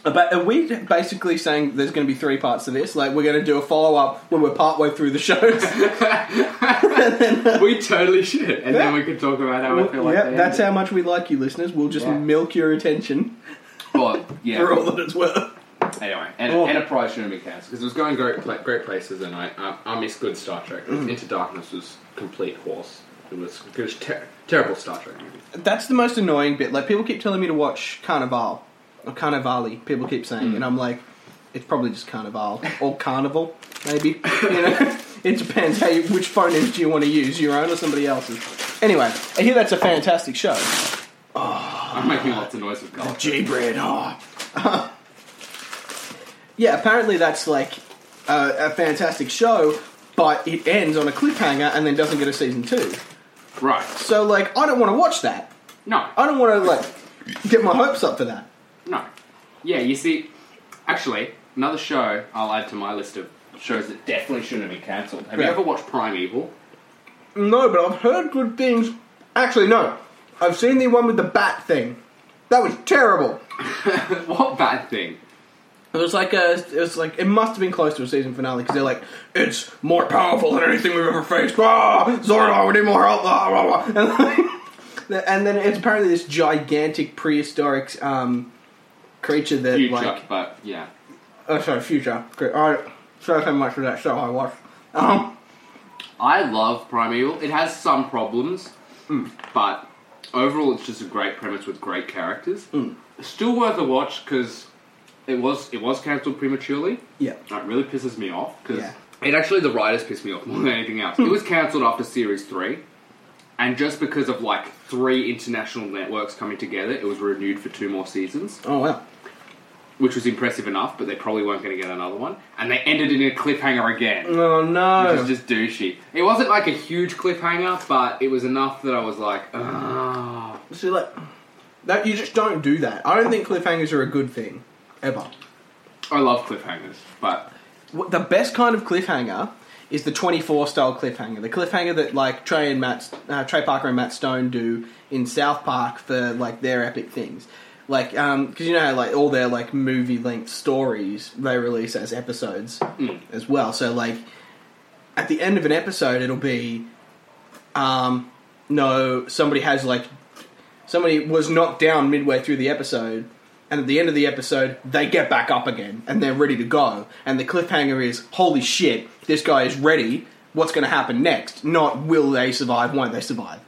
C: But are we basically saying there's going to be three parts to this? Like, we're going to do a follow up when we're partway through the shows?
B: we totally should, and then we can talk about how I feel like.
C: yeah,
B: they
C: that's
B: ended.
C: how much we like you, listeners. We'll just
B: Yeah.
C: milk your attention
B: But,
C: for
B: yeah.
C: all that it's worth.
B: Anyway, en-
C: Oh.
B: Enterprise shouldn't be cancelled because it was going great, pla- great places, and I, I, I miss good Star Trek. Into Darkness was complete horse. It was, it was ter- terrible Star Trek. movie.
C: That's the most annoying bit. Like, people keep telling me to watch Carnival or Carnivali. People keep saying, and I'm like, it's probably just Carnival or Carnival, maybe. You know, it depends how you, which phonemes do you want to use, your own or somebody else's. Anyway, I hear that's a fantastic show.
B: I'm making lots of noise with colour.
C: J bread. Oh. yeah, apparently that's like a, a fantastic show, but it ends on a cliffhanger and then doesn't get a season two.
B: Right?
C: So like, I don't want to watch that.
B: No,
C: I don't want to like get my hopes up for that.
B: No. Yeah, you see, actually, another show I'll add to my list of shows that definitely shouldn't have been cancelled. Have
C: Yeah.
B: you ever watched Primeval?
C: No, but I've heard good things. Actually, no. I've seen the one with the bat thing. That was terrible.
B: what bad thing?
C: It was like a, it was like it must have been close to a season finale because they're like, it's more powerful than anything we've ever faced. Ah, Zordon, we need more help. Ah, blah, blah. And, like, and then it's apparently this gigantic prehistoric um, creature that
B: Future,
C: like,
B: but yeah.
C: oh sorry, future. Cre- I sorry so much for that show I watched. Um,
B: I love Primeval. It has some problems,
C: Mm.
B: but overall, it's just a great premise with great characters.
C: Mm.
B: Still worth a watch because it was it was cancelled prematurely.
C: yeah,
B: That really pisses me off because
C: Yeah. Hmm.
B: it actually the writers pissed me off more than anything else. It was cancelled after series three, and just because of like three international networks coming together, it was renewed for two more seasons,
C: oh well.
B: which was impressive enough. But they probably weren't going to get another one, and they ended it in a cliffhanger again
C: Oh
B: which
C: no.
B: was just douchey. It wasn't like a huge cliffhanger, but it was enough that I was like, oh.
C: See, like that you just don't do that. I don't think cliffhangers are a good thing ever.
B: I love cliffhangers, but
C: What- the best kind of cliffhanger is the 24 style cliffhanger. The cliffhanger that like Trey and Matt, uh, Trey Parker and Matt Stone do in South Park for like their epic things. Like, um 'cause because you know, how, like all their like movie length stories they release as episodes as well. So like at the end of an episode, it'll be, um, no, somebody has like somebody was knocked down midway through the episode, and at the end of the episode, they get back up again and they're ready to go. And the cliffhanger is, holy shit, this guy is ready. What's going to happen next? Not will they survive? Won't they survive?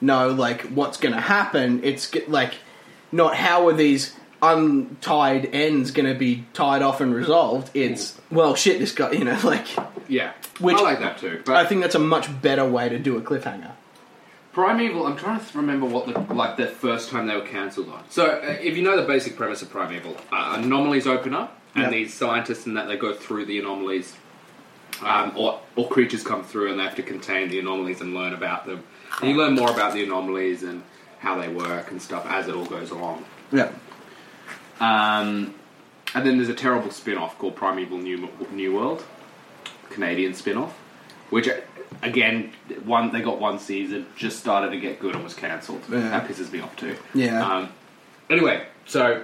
C: No, like what's going to happen? It's g- like not how are these untied ends going to be tied off and resolved. It's well, shit, this guy, you know, like
B: yeah.
C: Which-
B: I like that too. But
C: I think that's a much better way to do a cliffhanger.
B: Primeval, I'm trying to remember what the like the first time they were cancelled on. So, uh, if you know the basic premise of Primeval, uh, anomalies open up, and
C: Yeah.
B: these scientists and that they go through the anomalies, um, or or creatures come through and they have to contain the anomalies and learn about them. And you learn more about the anomalies and how they work and stuff as it all goes along.
C: Yeah.
B: Um, and then there's a terrible spin-off called Primeval New New World, Canadian spin-off, which again one they got one season, just started to get good and was cancelled.
C: Yeah.
B: That pisses me off too.
C: Yeah.
B: Um, anyway, so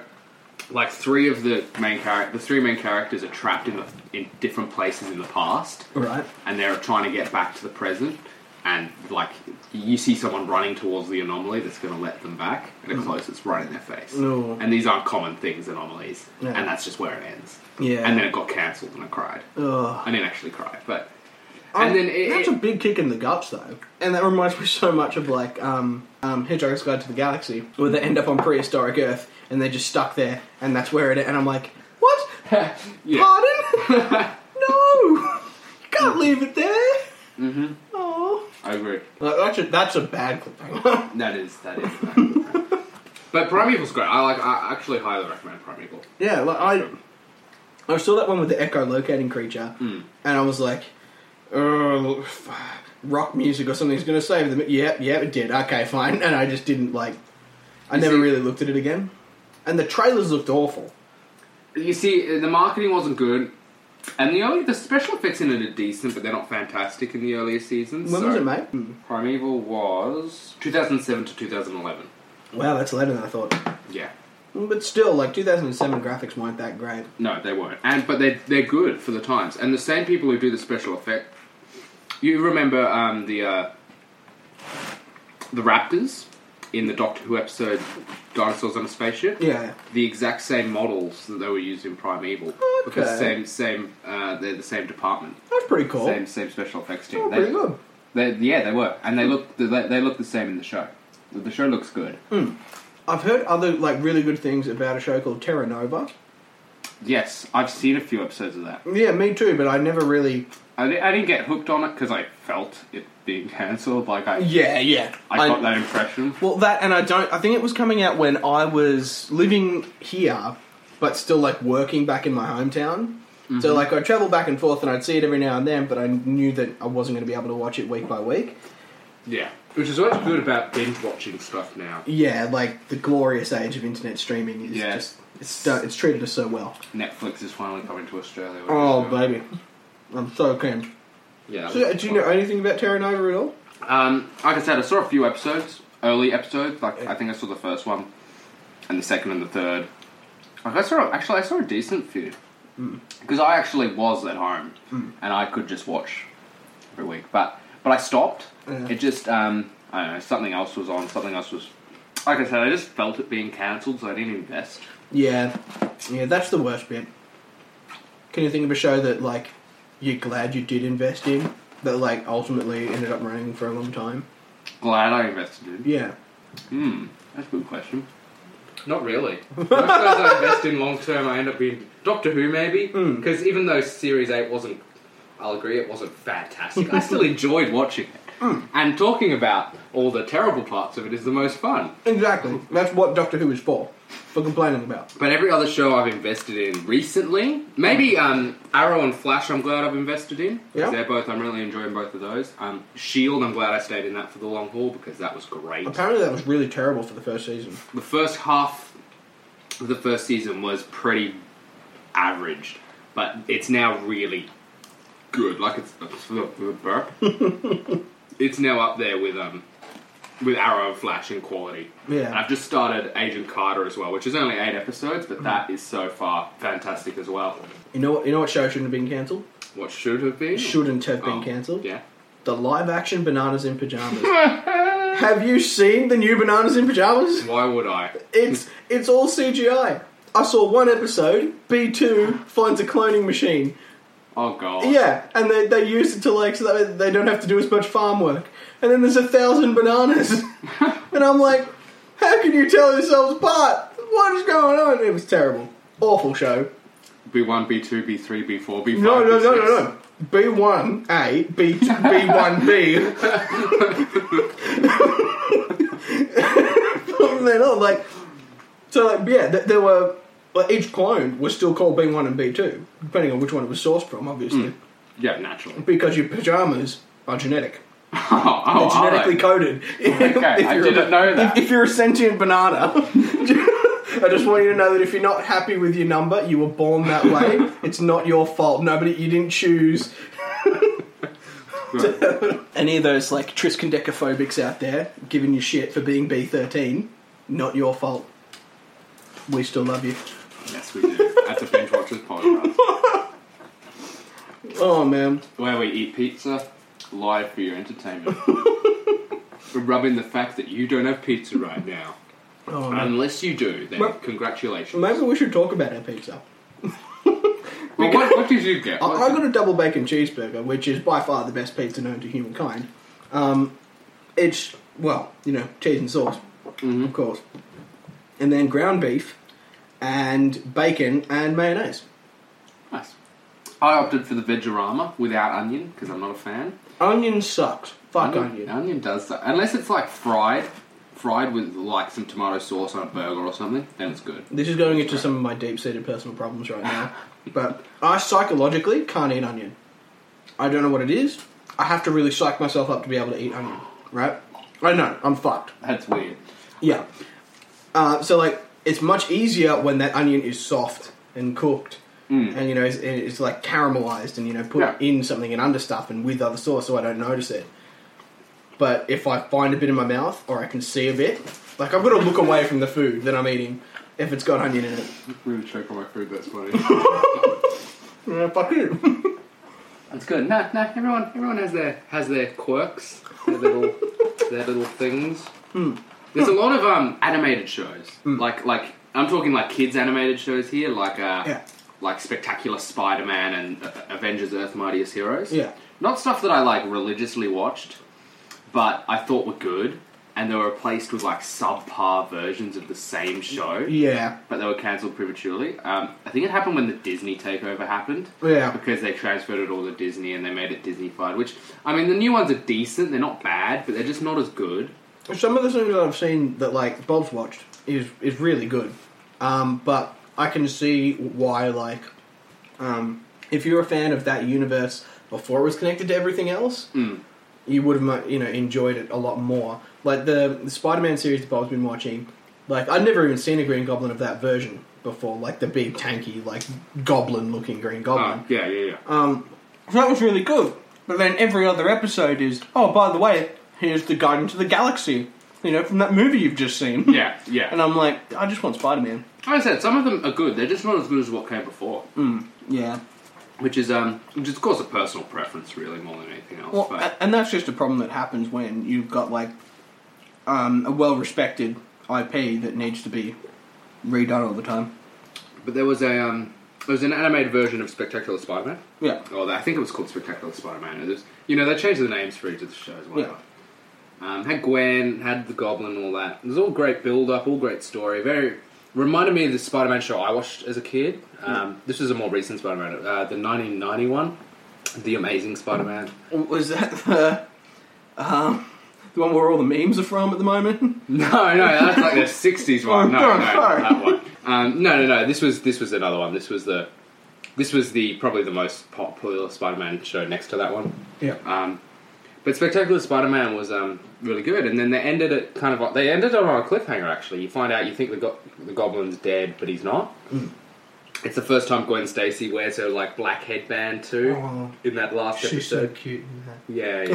B: like three of the main character, the three main characters are trapped in the, in different places in the past
C: Right.
B: and they're trying to get back to the present. And like you see someone running towards the anomaly that's going to let them back, and it closes right in their face.
C: Mm. No.
B: And these aren't common things, anomalies,
C: Yeah.
B: and that's just where it ends.
C: Yeah.
B: And then it got cancelled, and I cried.
C: Ugh.
B: I didn't actually cry, but and then it,
C: that's a
B: it-
C: big kick in the guts, though, and that reminds me so much of like um, um, Hitchhiker's Guide to the Galaxy, where they end up on prehistoric Earth and they're just stuck there, and that's where it. And I'm like, what?
B: yeah.
C: Pardon? no, can't leave it there. Mm-hmm. Oh,
B: I agree.
C: like, that's a, that's a bad cliffhanger.
B: That is that is. that. but Primeval's great. I like. I actually highly recommend Primeval.
C: yeah, like I, I saw that one with the echolocating creature,
B: Mm.
C: and I was like, oh, f- rock music or something's going to save them. Yeah, yeah, it did. Okay, fine. And I just didn't like. I never
B: see-
C: really looked at it again, and the trailers looked awful.
B: You see, uh, the marketing wasn't good, and the early the special effects in it are decent, but they're not fantastic in the earlier seasons.
C: When
B: so.
C: was it, mate?
B: Mm.
C: Hmm.
B: Primeval was 2007 to 2011.
C: Wow, that's later than I thought.
B: Yeah.
C: But still, like 2007 graphics weren't that great.
B: No, they weren't. And but they they're good for the times. And the same people who do the special effect. You remember um, the uh, the Raptors in the Doctor Who episode Dinosaurs on a Spaceship?
C: Yeah, yeah.
B: The exact same models that they were used in Primeval. Because
C: Okay.
B: same same uh, they're the same department.
C: that's pretty cool.
B: Same same special effects team.
C: Oh,
B: They-
C: pretty good.
B: they- yeah, they were. And they look they, they look the same in the show. The show looks good.
C: I've heard other like really good things about a show called Terra Nova.
B: Yes, I've seen a few episodes of that.
C: Yeah, me too. But I never really.
B: I, di- I didn't get hooked on it because I felt it being cancelled. Like I,
C: Yeah, yeah.
B: I got that impression.
C: Well, that and I don't. I think it was coming out when I was living here, but still like working back in my hometown. So like I'd travel back and forth, and I'd see it every now and then. But I knew that I wasn't going to be able to watch it week by week.
B: Yeah, which is what's good about binge watching stuff now.
C: Yeah, like the glorious age of internet streaming is
B: Yeah.
C: just it's, done- it's treated us so well.
B: Netflix is finally coming to Australia. which
C: Oh
B: is-
C: baby, I'm so cramped.
I: Yeah.
C: So, yeah, do you know anything about Terra Nova at all?
B: Um, like I said, I saw a few episodes, early episodes. Like I think I saw the first one, and the second and the third. Like I saw, actually, I saw a decent few because I actually was at home and I could just watch every week. But but I stopped.
C: Yeah.
B: It just um, I don't know something else was on. Something else was. Like I said, I just felt it being cancelled, so I didn't invest.
C: Yeah, yeah, that's the worst bit. Can you think of a show that like you're glad you did invest in, but like ultimately ended up running for a long time?
B: Glad I invested. in.
C: Yeah,
B: Hmm, that's a good question.
I: Not really. Most shows I invest in long term, I end up being Doctor Who maybe.
C: Mm.
I: Because even though Series 8 wasn't, I'll agree, it wasn't fantastic, I still enjoyed watching it. And talking about all the terrible parts of it is the most fun.
C: exactly. That's what Doctor Who is for, for complaining about.
I: But every other show I've invested in recently, maybe um, Arrow and Flash, I'm glad I've invested in.
C: Yeah.
I: Because they're both, I'm really enjoying both of those. Um, Shield, I'm glad I stayed in that for the long haul because that was great.
C: Apparently, that was really terrible for the first season.
I: the first half of the first season was pretty average, but it's now really good. Like it's it's now up there with um with Arrow, Flash, and quality. And
C: Yeah,
I: I've just started Agent Carter as well, which is only eight episodes, but that is so far fantastic as well.
C: you know what? You know what show shouldn't have been cancelled?
I: What should have been
C: Shouldn't have been
I: Oh,
C: cancelled.
I: Yeah,
C: The live-action Bananas in Pajamas. have you seen the new Bananas in Pajamas?
I: why would I?
C: It's it's all CGI. I saw one episode. B two finds a cloning machine.
B: Oh god.
C: Yeah, and they they use it to like so that they don't have to do as much farm work. And then there's a thousand bananas, and I'm like, how can you tell yourselves apart? What is going on? It was terrible, awful show.
B: B one, B two, B three, B four, B five.
C: No, no,
B: B6.
C: no, no, no. B one A, B B one B. They're not like so. Like yeah, th- there were like each clone was still called B one and B two, depending on which one it was sourced from, obviously,
B: Yeah, naturally.
C: because your pajamas are genetic.
B: Oh, oh,
C: They're genetically
B: alright.
C: coded.
B: Okay, I
C: you're
B: didn't
C: a-
B: know that.
C: If, if you're a sentient banana, I just want you to know that if you're not happy with your number, you were born that way. it's not your fault. Nobody, you didn't choose. Any of those like Triskan decaphobics out there giving you shit for being B13, not your fault. We still love you.
B: Yes, we do. That's a binge watchers podcast
C: Oh man,
B: where we eat pizza live for your entertainment. We're rubbing the fact that you don't have pizza right now.
C: oh man.
B: Unless you do, then
C: Well-
B: congratulations.
C: Maybe we should talk about our pizza.
B: Well, what, what did you get?
C: I, I
B: What-
C: got a double bacon cheeseburger, which is by far the best pizza known to humankind. Um, it's well, you know, cheese and sauce, of course, and then ground beef, and bacon and mayonnaise.
B: Nice. I opted for the Vegarama without onion because I'm not a fan.
C: Onion sucks. Fuck onion.
B: Onion does that. Unless it's like fried, fried with like some tomato sauce on a burger or something, then it's good.
C: This is going into some of my deep-seated personal problems right now, but I psychologically can't eat onion. I don't know what it is. I have to really psych myself up to be able to eat onion, right? I know I'm fucked.
B: That's weird.
C: Yeah. Uh, so like, it's much easier when that onion is soft and cooked, and you know, it's, it's like caramelized and you know, put
B: Yeah.
C: in something and under stuff and with other sauce, so I don't notice it. But if I find a bit in my mouth or I can see a bit, like I've got to look away from the food that I'm eating if it's got onion in it.
B: Really choke on my food. That's funny.
C: Yeah, fuck it.
I: That's good. No, no, everyone, everyone has their has their quirks, their little their little things.
C: Hmm.
B: There's a lot of um, animated shows, like like I'm talking like kids animated shows here, like uh,
C: Yeah.
B: like Spectacular Spider-Man and uh, Avengers: Earth Mightiest Heroes.
C: Yeah.
B: not stuff that I like religiously watched, but I thought were good, and they were replaced with like subpar versions of the same show,
C: yeah,
B: but they were cancelled prematurely. Um, I think it happened when the Disney takeover happened.
C: yeah,
B: Because they transferred it all to Disney and they made it Disney-fied, which I mean, the new ones are decent. They're not bad, but they're just not as good.
C: Some of the things that I've seen that like Bob's watched is is really good, um, but I can see why like um, if you're a fan of that universe before it was connected to everything else, you would have mu- you know enjoyed it a lot more. Like the, the Spider-Man series that Bob's been watching, like I'd never even seen a Green Goblin of that
B: Ah.
C: version before, like the big tanky like goblin looking Green Goblin.
B: Um, Oh, Uh, yeah, yeah, yeah.
C: Um,
A: So that was really good. But then every other episode is, oh, by the way, here's the Guardians of the Galaxy. You know, from that movie you've just seen.
B: Yeah, yeah.
A: And I'm like, I just want Spider Man.
B: Like I said, some of them are good. They're just not as good as what came before,
A: Yeah.
B: which is um, which is of course a personal preference, really, more than anything else.
A: Well,
B: but
A: a- and that's just a problem that happens when you've got like um, a well-respected IP that needs to be redone all the time.
B: but there was a um, there was an animated version of Spectacular Spider-Man.
A: Yeah,
B: Or Oh, I think it was called Spectacular Spider-Man. It was, you know, they changed the names for each of the shows. Whatever. Um, had Gwen, had the Goblin, and all that. It was all great build-up, all great story. Very reminded me of the Spider-Man show I watched as a kid. Um, This was a more recent Spider-Man, uh, the 1991, The Amazing Spider-Man.
A: was that the um, the one where all the memes are from at the moment?
B: No, no, that's like the '60s one. No, no,
A: God,
B: not
A: sorry.
B: that one. Um, no, no, no. This was this was another one. This was the this was the probably the most popular Spider-Man show next to that one.
C: Yeah.
B: Um, but Spectacular Spider-Man was um, really good, and then they ended it kind of they ended it on a cliffhanger. Actually, you find out you think the go- the Goblin's dead, but he's not.
C: Hmm.
B: It's the first time Gwen Stacy wears her like black headband too
C: Oh.
B: in that last
C: She's so
B: episode.
C: cute. in that.
B: Yeah,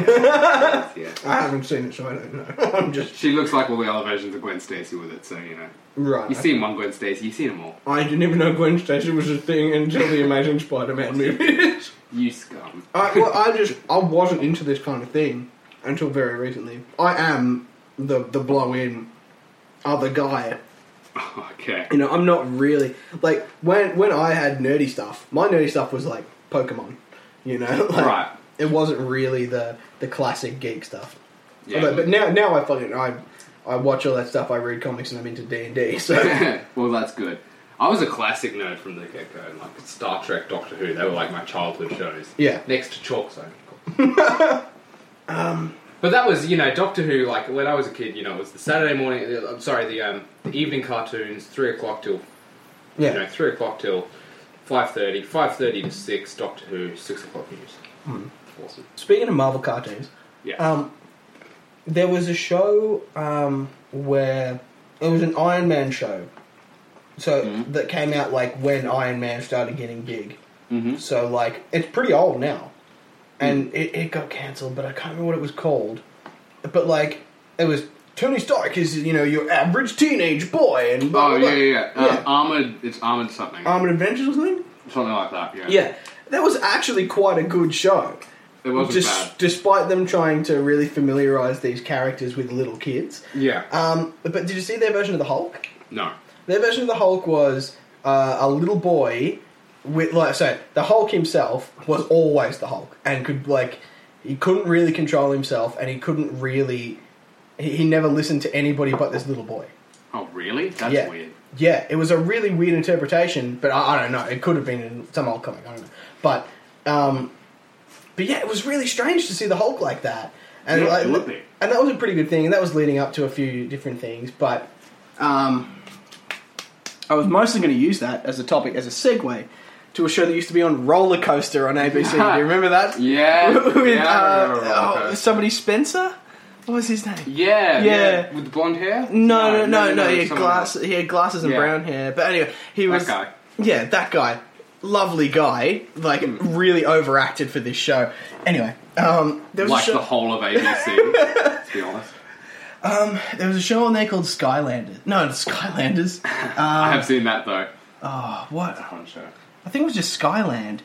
B: yeah, yeah.
A: Ah.
C: I haven't seen it, so I don't know. I'm just
B: She looks like all the other versions of Gwen Stacy with it, so you know.
C: right.
B: You've seen one Gwen Stacy, you've seen them all.
C: I didn't even know Gwen Stacy was a thing until the Amazing Spider-Man movie.
B: You scum.
C: I, well, I just I wasn't into this kind of thing until very recently. I am the the blow in other guy.
B: okay.
C: You know, I'm not really like when when I had nerdy stuff. My nerdy stuff was like Pokemon. You know, like,
B: Right.
C: It wasn't really the the classic geek stuff.
B: Yeah.
C: Although- but now now I fucking I I watch all that stuff. I read comics and I'm into D and D. So
B: well, that's good. I was a classic nerd from the get go, like Star Trek, Doctor Who, they were like my childhood shows.
C: yeah,
B: Next to Chalk Zone. um, but that was, you know, Doctor Who, like when I was a kid, you know, it was the Saturday morning, uh, I'm sorry, the, um, the evening cartoons, 3 o'clock till
C: yeah.
B: you know, three o'clock till five thirty, five thirty to six. Doctor Who, six o'clock news. Awesome.
C: Speaking of Marvel cartoons,
B: Yeah.
C: Hmm. Um, there was a show um, where it was an Iron Man show, so
B: Mm-hmm.
C: that came out like when Iron Man started getting big. Mm-hmm. So like it's pretty old now,
B: Mm.
C: and it, it got cancelled, but I can't remember what it was called. But like it was Tony Stark is you know your average teenage boy and blah,
B: oh
C: blah,
B: yeah, yeah, yeah.
C: blah.
B: Uh, Armored, it's armored something,
C: Armored Adventures or something.
B: something like that. Yeah.
C: Um, Yeah, that was actually quite a good show.
B: It wasn't
C: Just,
B: bad.
C: Despite them trying to really familiarize these characters with little kids.
B: Yeah.
C: Um, but did you see their version of the Hulk?
B: no.
C: Their version of the Hulk was uh, a little boy with like so the Hulk himself was always the Hulk and could like he couldn't really control himself and he couldn't really he, he never listened to anybody but this little boy.
B: Oh really? That's
C: yeah.
B: weird.
C: Yeah, it was a really weird interpretation, but I, I don't know. It could have been in some old comic. I don't know, but um, but yeah, it was really strange to see the Hulk like that, and
B: Yeah,
C: like,
B: it would be.
C: and that was a pretty good thing, and that was leading up to a few different things. But
A: Um, I was mostly going to use that as a topic as a segue to a show that used to be on Roller Coaster on ABC. Do you remember that?
B: Yeah.
A: With
B: yeah, I
A: uh,
B: remember Roller
A: oh,
B: Coaster.
A: somebody Spencer. What was his name?
B: yeah, yeah,
A: Yeah.
B: With the blonde hair?
A: No, no, no, no. he had
B: someone
A: glass.
B: else.
A: He had glasses and
B: Yeah.
A: brown hair. But anyway, he
B: That
A: was
B: guy.
A: Yeah, that guy. Lovely guy. Like
B: Hmm.
A: really overacted for this show. Anyway, um, there was
B: Like
A: a show,
B: the whole of ABC. let's be honest.
A: there was a show on there called Skylanders. No, it's Skylanders. Um,
B: I have seen that though.
A: oh, what?
B: One show.
A: I think it was just Skyland.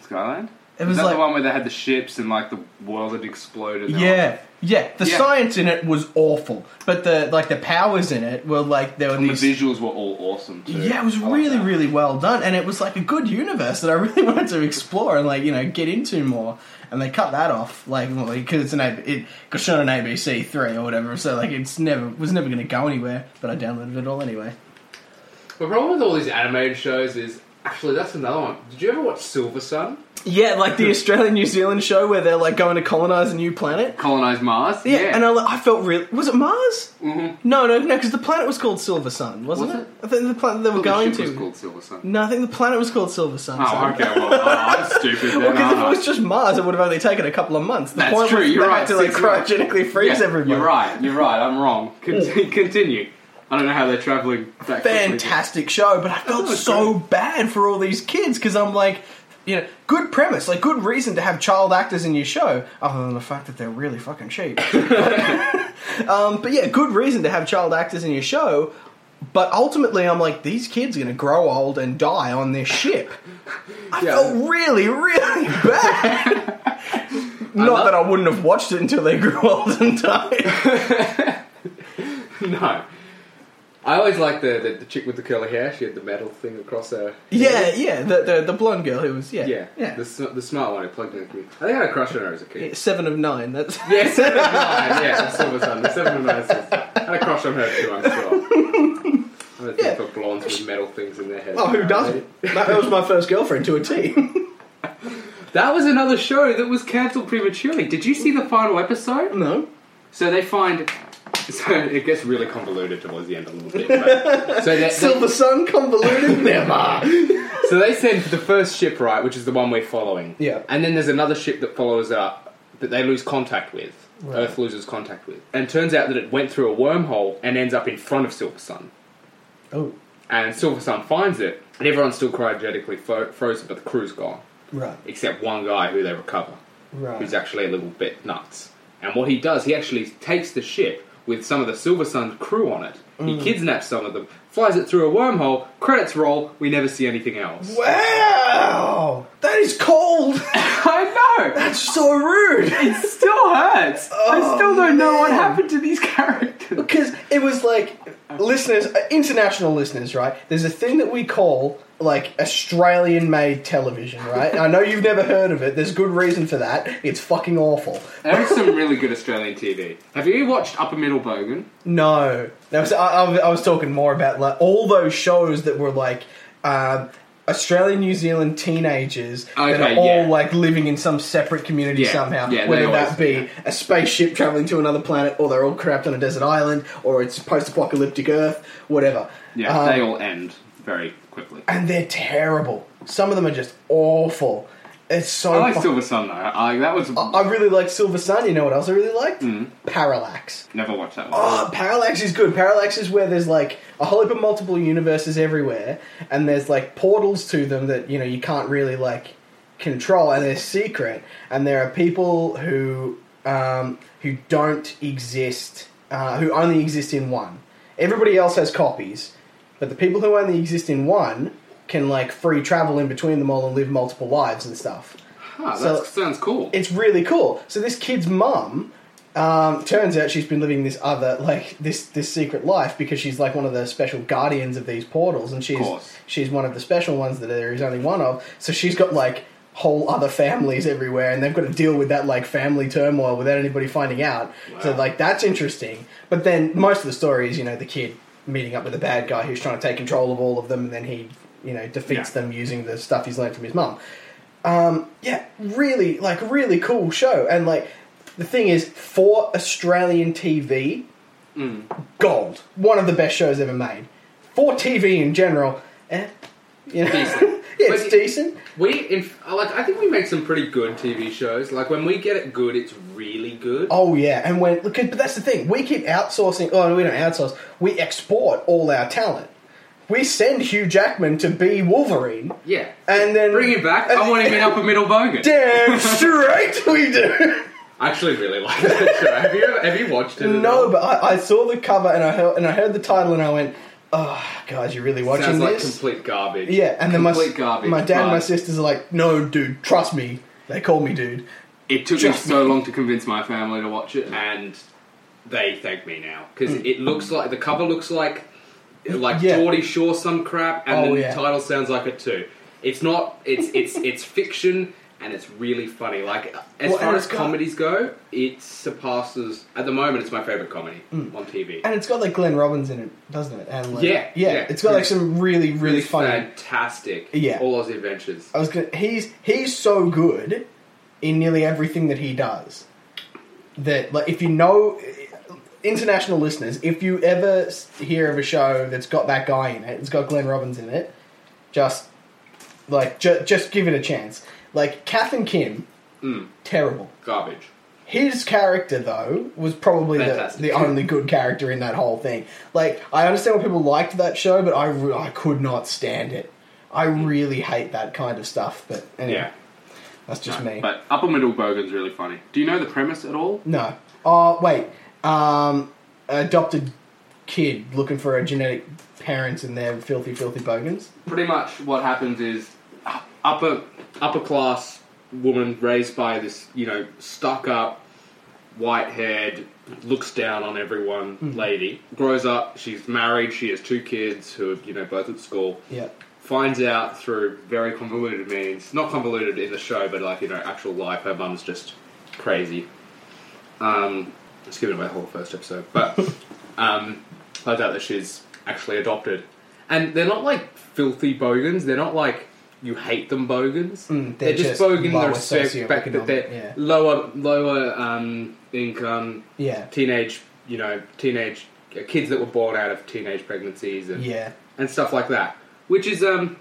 B: Skyland.
A: It
B: Is
A: was
B: that
A: like
B: the one where they had the ships and like the world had exploded? and all
A: yeah. Yeah, the
B: Yeah.
A: science in it was awful, but the like the powers in it were like there were
B: And the
A: these
B: visuals were all awesome too.
A: Yeah, it was
B: I like
A: really,
B: that.
A: really well done, and it was like a good universe that I really wanted to explore and like you know get into more. And they cut that off, like because it's an A- it got shot on ABC three or whatever, so like it's never was never going to go anywhere. But I downloaded it all anyway.
B: The problem with all these animated shows is actually that's another one. Did you ever watch Silver Sun?
A: Yeah, like the Australian New Zealand show where they're like going to colonize a new planet.
B: Colonize Mars?
A: Yeah, and I, like, I felt really was it Mars? Mm-hmm. No, no, no, because the planet was called Silver Sun, wasn't
B: Was
A: it?
B: it?
A: I think the planet they were
B: the
A: going
B: ship
A: to.
B: was called Silver Sun.
A: No, I think the planet was called Silver Sun.
B: Oh,
A: sorry.
B: okay. Well, oh, I'm stupid then.
A: Because
B: aren't
A: if
B: I?
A: it was just Mars, it would have only taken a couple of months. The
B: That's
A: point
B: true,
A: was
B: you're
A: they
B: right,
A: Had to like
B: six months.
A: cryogenically freeze
B: Yeah,
A: everybody. Mm.
B: You're right. You're right. I'm wrong. Con- continue. I don't know how they're traveling. That quickly.
A: Fantastic show, but I felt so bad for all these kids because I'm like,
C: you know, good premise, like good reason to have child actors in your show, other than the fact that they're really fucking cheap. um, but yeah, good reason to have child actors in your show. But ultimately, I'm like, these kids are going to grow old and die on this ship. I felt really, really bad. Not
H: love-
C: that I wouldn't have watched it until they grew old and died.
B: no. I always liked the, the, the chick with the curly hair. She had the metal thing across her.
C: yeah, yeah, the, the the blonde girl who was yeah,
B: Yeah,
C: yeah,
B: The, sm- the smart one who plugged in with me. I think I had a crush on her as a kid.
C: seven of nine. That's
B: Yeah, seven of nine. Yeah, silver sun. The seven of nine. Sisters. I had a crush on her too. I'm sure. I don't
C: Yeah.
B: think of blondes with metal things in their heads.
C: oh, who doesn't? That, that was my first girlfriend to a T.
H: That was another show that was cancelled prematurely. Did you see the final episode?
C: no,
H: So they find. So it gets
B: It's really convoluted towards the end a little bit. but- so, they,
C: Silver Sun convoluted never.
B: they- so they send the first ship right, which is the one we're following.
C: Yeah.
B: And then there's another ship that follows up that they lose contact with. Earth loses contact with, and it turns out that it went through a wormhole and ends up in front of Silver Sun.
C: Oh,
B: And Silver Sun finds it, and everyone's still cryogenically fro- frozen, but the crew's gone.
C: right,
B: except one guy who they recover, who's actually a little bit nuts. And what he does, he actually takes the ship with some of the Silver Sun crew on it.
C: Mm.
B: He kidnaps some of them, flies it through a wormhole. Credits roll. We never see anything else.
C: Wow, that is cold.
H: I know!
C: That's so rude. Oh,
H: It still hurts! I still don't know what happened to these characters.
C: Because it was like listeners, uh, international listeners, right? There's a thing that we call like Australian made television, right? And I know you've never heard of it. There's good reason for that. It's fucking awful.
H: There is some really good Australian TV. Have you watched Upper Middlebogan?
C: No, that was, I, I was- I was talking more about like all those shows that were like um, Australian, New Zealand teenagers that
H: Okay,
C: are all
H: yeah.
C: like living in some separate community
H: Yeah,
C: somehow,
H: yeah, they
C: whether
H: always-
C: that be
H: yeah.
C: a spaceship traveling to another planet, or they're all trapped on a desert island, or it's post-apocalyptic Earth, whatever.
H: Yeah,
C: Um,
H: they all end very quickly.
C: and they're terrible. Some of them are just awful. It's so.
H: I like
C: fu-
H: Silver Sun though. I, that was
C: I I really like Silver Sun. You know what else I really liked?
H: Hmm.
C: Parallax.
H: never watched that one.
C: Oh, Parallax is good. Parallax is where there's like a whole heap of multiple universes everywhere, and there's like portals to them that you know you can't really like control, and they're secret. And there are people who um, who don't exist, uh, who only exist in one. Everybody else has copies, but the people who only exist in one can like free travel in between them all and live multiple lives and stuff
H: Ah, that
C: so-
H: sounds cool.
C: it's really cool. So this kid's mum, um, turns out she's been living this other like this this secret life because she's like one of the special guardians of these portals, and she's
H: course.
C: she's one of the special ones that there is only one of. So she's got like whole other families everywhere, and they've got to deal with that like family turmoil without anybody finding out. So like that's interesting. But then most of the story is you know the kid meeting up with a bad guy who's trying to take control of all of them, and then he you know defeats
H: Yeah.
C: them using the stuff he's learned from his mum Um, yeah, really like really cool show. And like the thing is, for Australian TV, gold. One of the best shows ever made for TV in general. Eh, you know,
B: Decent.
C: yeah,
B: But
C: it's
B: it-
C: decent.
B: We, in, like, I think we make some pretty good TV shows. Like when we get it good, it's really good.
C: Oh yeah, and when look, but that's the thing. We keep outsourcing. Oh, no, we don't outsource. We export all our talent. We send Hugh Jackman to be Wolverine,
B: Yeah.
C: and then
H: Bring him back. I want him in Upper Middlebogan.
C: Damn straight we do.
B: I actually really like that show. Have you ever, have you watched it? at
C: No,
B: all?
C: but I, I saw the cover and I heard and I heard the title and I went, "Oh, guys, you're really watching
B: sounds like
C: this?"
B: complete garbage.
C: yeah, and then my s-
H: complete garbage,
C: my dad and my
H: but-
C: sisters are like, "No, dude, trust me." They call me dude.
H: It took me
C: Just-
H: so long to convince my family to watch it.
B: and they thank me now because it looks like the cover looks like like
C: Hmm. Yeah.
B: Geordie Shore some crap, and
C: Oh,
B: the
C: yeah.
B: title sounds like it too. It's not. It's it's it's fiction, and it's really funny. Like as
C: Well,
B: far
C: and
B: as
C: it's got-
B: comedies go, it surpasses. At the moment, it's my favorite comedy
C: Hmm.
B: on TV.
C: And it's got like Glenn Robbins in it, doesn't it? And like,
B: Yeah,
C: yeah,
B: yeah.
C: It's got like some really, really,
B: Really
C: funny.
B: fantastic.
C: Yeah. Oh.
B: all those adventures.
C: I was gonna. He's he's so good in nearly everything that he does. That like, if you know international listeners, if you ever s- hear of a show that's got that guy in it, it's got Glenn Robbins in it, just like ju- just give it a chance. Like Kath and Kim, terrible.
B: Garbage.
C: His character, though, was probably the,
B: Fantastic.
C: the only good character in that whole thing. Like, I understand why people liked that show, but I, re- I could not stand it.
J: I really hate that kind of stuff, but anyway,
K: Yeah.
J: that's just me.
B: But Upper Middleburgen's really funny. Do you know the premise at all?
J: No. Oh, wait. Um, adopted kid looking for a genetic parents and their filthy, filthy bogans.
B: Pretty much what happens is uh, upper upper class woman raised by this you know stuck up white haired looks down on everyone
C: Hmm.
B: lady grows up she's married she has two kids who are you know both at school
J: Yeah.
B: finds out through very convoluted means, not convoluted in the show, but like, you know, actual life, her mum's just crazy. Um, it's given away the whole first episode, but um, finds out that she's actually adopted. And they're not like filthy bogans, they're not like you hate them bogans.
J: Mm,
B: they're,
J: they're
B: just,
J: just
B: bogans
J: lower
B: the respect back that
J: socioeconomic,
B: they're
J: yeah.
B: lower, lower um, income,
J: Yeah.
B: teenage, you know, teenage uh, kids that were born out of teenage pregnancies and
J: Yeah.
B: and stuff like that, which is um,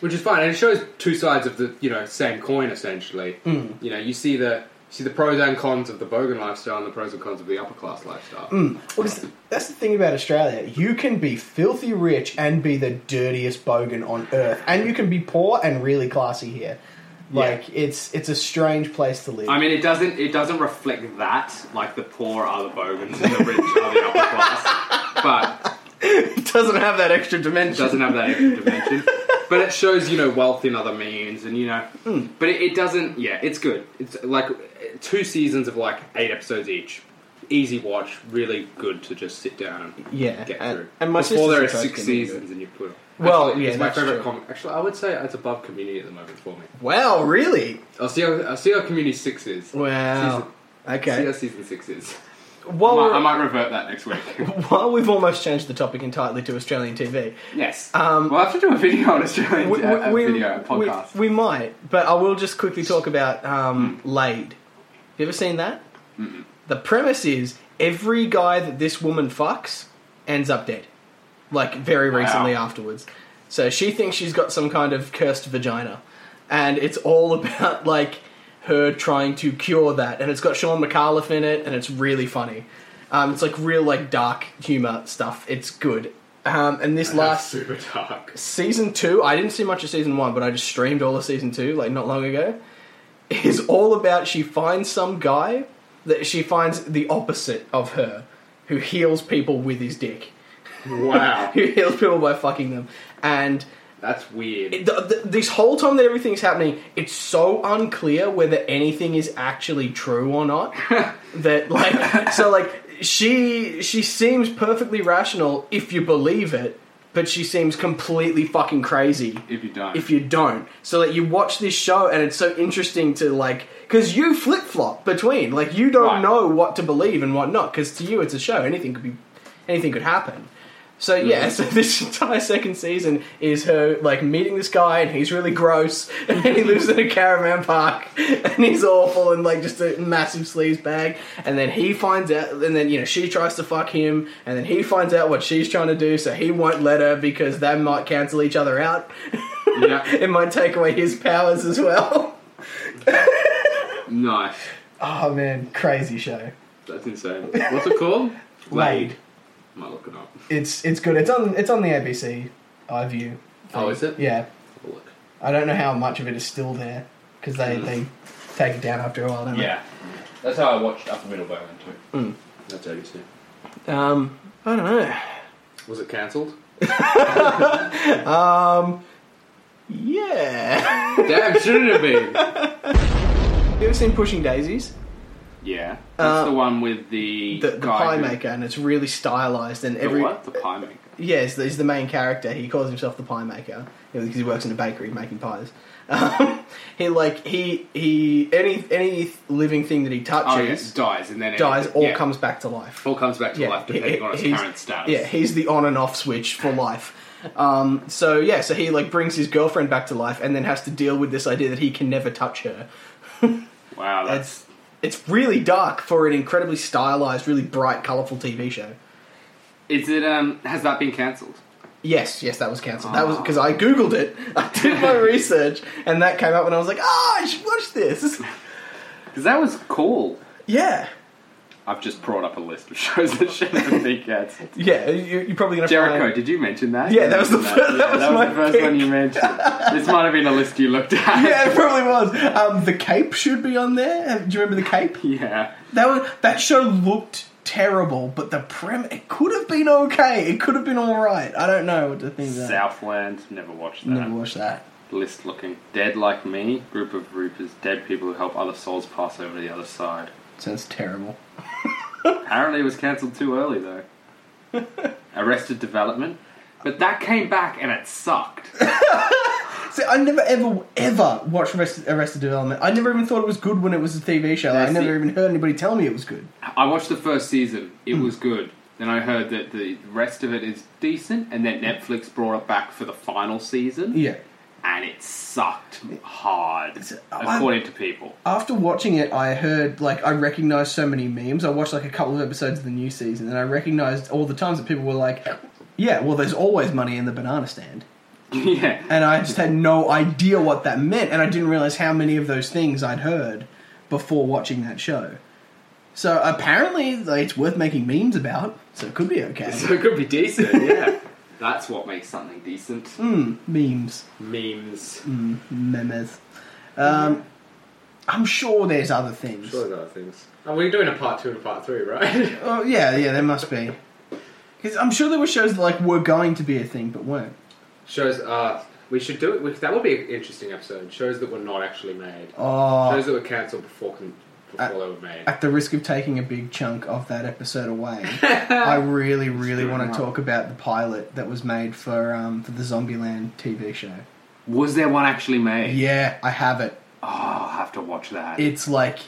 B: which is fine, and it shows two sides of the you know same coin essentially.
J: Mm.
B: You know, you see the you see the pros and cons of the bogan lifestyle and the pros and cons of the upper class lifestyle.
J: Well, 'cause that's the thing about Australia. You can be filthy rich and be the dirtiest bogan on earth, and you can be poor and really classy here. Like it's it's a strange place to live.
B: I mean, it doesn't it doesn't reflect that like the poor are the bogans and the rich are the upper class, but
C: It doesn't have that extra
B: it
C: dimension.
B: doesn't have that extra dimension. But it shows you know wealth in other means, and you know,
C: Hmm.
B: but it, it doesn't. Yeah, it's good. It's like two seasons of like eight episodes each. Easy watch, really good to just sit down and
C: Yeah,
B: get
C: and,
B: through.
C: and my
B: Before there are
C: sister's
B: six
C: tried getting into it.
B: seasons, and you put. it-
C: Well,
B: Actually,
C: yeah,
B: it's my
C: that's
B: favorite
C: true.
B: comic. Actually, I would say it's above Community at the moment for me.
C: Wow, really?
B: I'll see. How, I'll see how Community six is.
C: Wow.
B: See how
C: Oh, Okay.
B: season six is.
C: While,
B: I
C: we're-
B: might revert that next week.
C: while we've almost changed the topic entirely to Australian TV,
B: yes.
C: Um,
B: we'll have to do a video on Australian
C: we,
B: a- a
C: we-
B: video a
C: we-
B: podcast. Mm.
C: we might, but I will just quickly talk about um, Laid. You ever seen that? The premise is every guy that this woman fucks ends up dead, like very recently afterwards. So she thinks she's got some kind of cursed vagina, and it's all about like her trying to cure that. And it's got Sean McAuliffe in it, and it's really funny. Um, it's like real like dark humor stuff. It's good. Um, and this last
B: super dark.
C: season two, I didn't see much of season one, but I just streamed all of season two, like not long ago, is all about she finds some guy that she finds the opposite of her, who heals people with his dick,
B: Wow,
C: who heals people by fucking them. And
B: that's weird.
C: it, th th this whole time that everything's happening, it's so unclear whether anything is actually true or not. that like, so like she she seems perfectly rational if you believe it, but she seems completely fucking crazy
B: if you don't,
C: if you don't. So that you watch this show and it's so interesting to like because you flip flop between like you don't
B: Right.
C: know what to believe and what not because to you it's a show anything could be anything could happen. So yeah, so this entire second season is her like meeting this guy and he's really gross and he lives in a caravan park and he's awful and like just a massive sleaze bag and then he finds out and then you know she tries to fuck him and then he finds out what she's trying to do so he won't let her because they might cancel each other out.
B: yeah,
C: It might take away his powers as well.
B: nice.
J: oh man, crazy show.
B: That's insane. What's it called?
J: Laid.
B: Am I looking up?
J: It's it's good. It's on it's on the ABC iView.
B: Oh, is it?
J: Yeah.
B: I'll Look.
J: I don't know how much of it is still there because they,
C: Hmm.
J: they take it down after a while. Don't
B: Yeah. That's how I watched Upper Middleburgen too. That's how you see.
C: Um, I don't know.
B: Was it cancelled?
C: Yeah.
B: Damn, shouldn't have been.
C: you ever seen Pushing Daisies?
B: Yeah, that's
C: Uh,
B: the one with the
C: The, the
B: guy
C: pie
B: who-
C: maker, and it's really stylized. And
B: The
C: every
B: what? The pie maker.
C: yes, he's the main character. He calls himself the pie maker you know, because he works in a bakery making pies. Um, he like he he any any living thing that he
B: Oh, yes,
C: touches
B: dies and then
C: dies or
B: yeah.
C: comes back to life.
B: all comes back to
C: Yeah,
B: life
C: he-
B: depending on its
C: he's-
B: current status.
C: Yeah, he's the on and off switch for life. Um, so yeah, so he like brings his girlfriend back to life, and then has to deal with this idea that he can never touch her.
B: wow, that's
C: It's it's really dark for an incredibly stylized, really bright, colourful TV show.
B: is it? Um, has that been cancelled?
C: Yes, yes, that was cancelled. That was because I googled it, I did my research, and that came up, and I was like, "Ah, I should watch this."
B: Because that was cool.
C: Yeah,
B: I've just brought up a list of shows that Shannon B gets.
C: Yeah, you, you're probably gonna
B: Jericho,
C: find.
B: did you mention that?
C: Yeah, that was the
B: Um, That,
C: fir- that was my
B: the first
C: pick.
B: one you mentioned. this might have been a list you looked at.
C: Yeah, it probably was. Um, the Cape should be on there. Do you remember the Cape?
B: Yeah.
C: That was, that show looked terrible, but the prem it could have been okay. It could have been all right. I don't know what to think. Of. that.
B: Southland, never watched that.
C: Never watched that.
B: List looking. Dead Like Me, group of Reapers, dead people who help other souls pass over to the other side.
C: Sounds terrible.
B: Apparently, it was cancelled too early though. Arrested Development, but that came back and it sucked.
C: See, I never ever ever watched Arrested, Arrested Development. I never even thought it was good when it was a TV show.
B: That's
C: I never
B: the-
C: even heard anybody tell me it was good.
B: I watched the first season; it was good. Then I heard that the rest of it is decent, and then Netflix brought it back for the final season,
C: Yeah. uh,
B: and it sucked hard,
C: I-
B: according to people.
C: After watching it, I heard like I recognized so many memes. I watched like a couple of episodes of the new season, and I recognized all the times that people were like, "Yeah, well, there's always money in the banana stand."
B: yeah,
C: and I just had no idea what that meant, and I didn't realize how many of those things I'd heard before watching that show. So apparently, like, it's worth making memes about, so it could be okay.
B: so it could be decent. Yeah, that's what makes something decent.
C: Hmm. Memes,
L: Memes.
C: Hmm. memes. Um, I'm sure there's other things.
L: Sure, there are things. And we're doing a part two and a part three, right?
C: Oh yeah, yeah, there must be. Because I'm sure there were shows that like were going to be a thing but weren't.
L: Shows. Uh, we should do it. We, that would be an interesting episode. Shows that were not actually made.
C: Oh,
L: Shows that were cancelled before con- before
C: Uh,
L: they were made.
C: at the risk of taking a big chunk of that episode away, I really, really
B: do it
C: want
B: now.
C: to talk about the pilot that was made for um, for the Zombieland TV show.
B: Was there one actually made?
C: Yeah, I have it.
B: Oh, I'll have to watch that.
C: It's like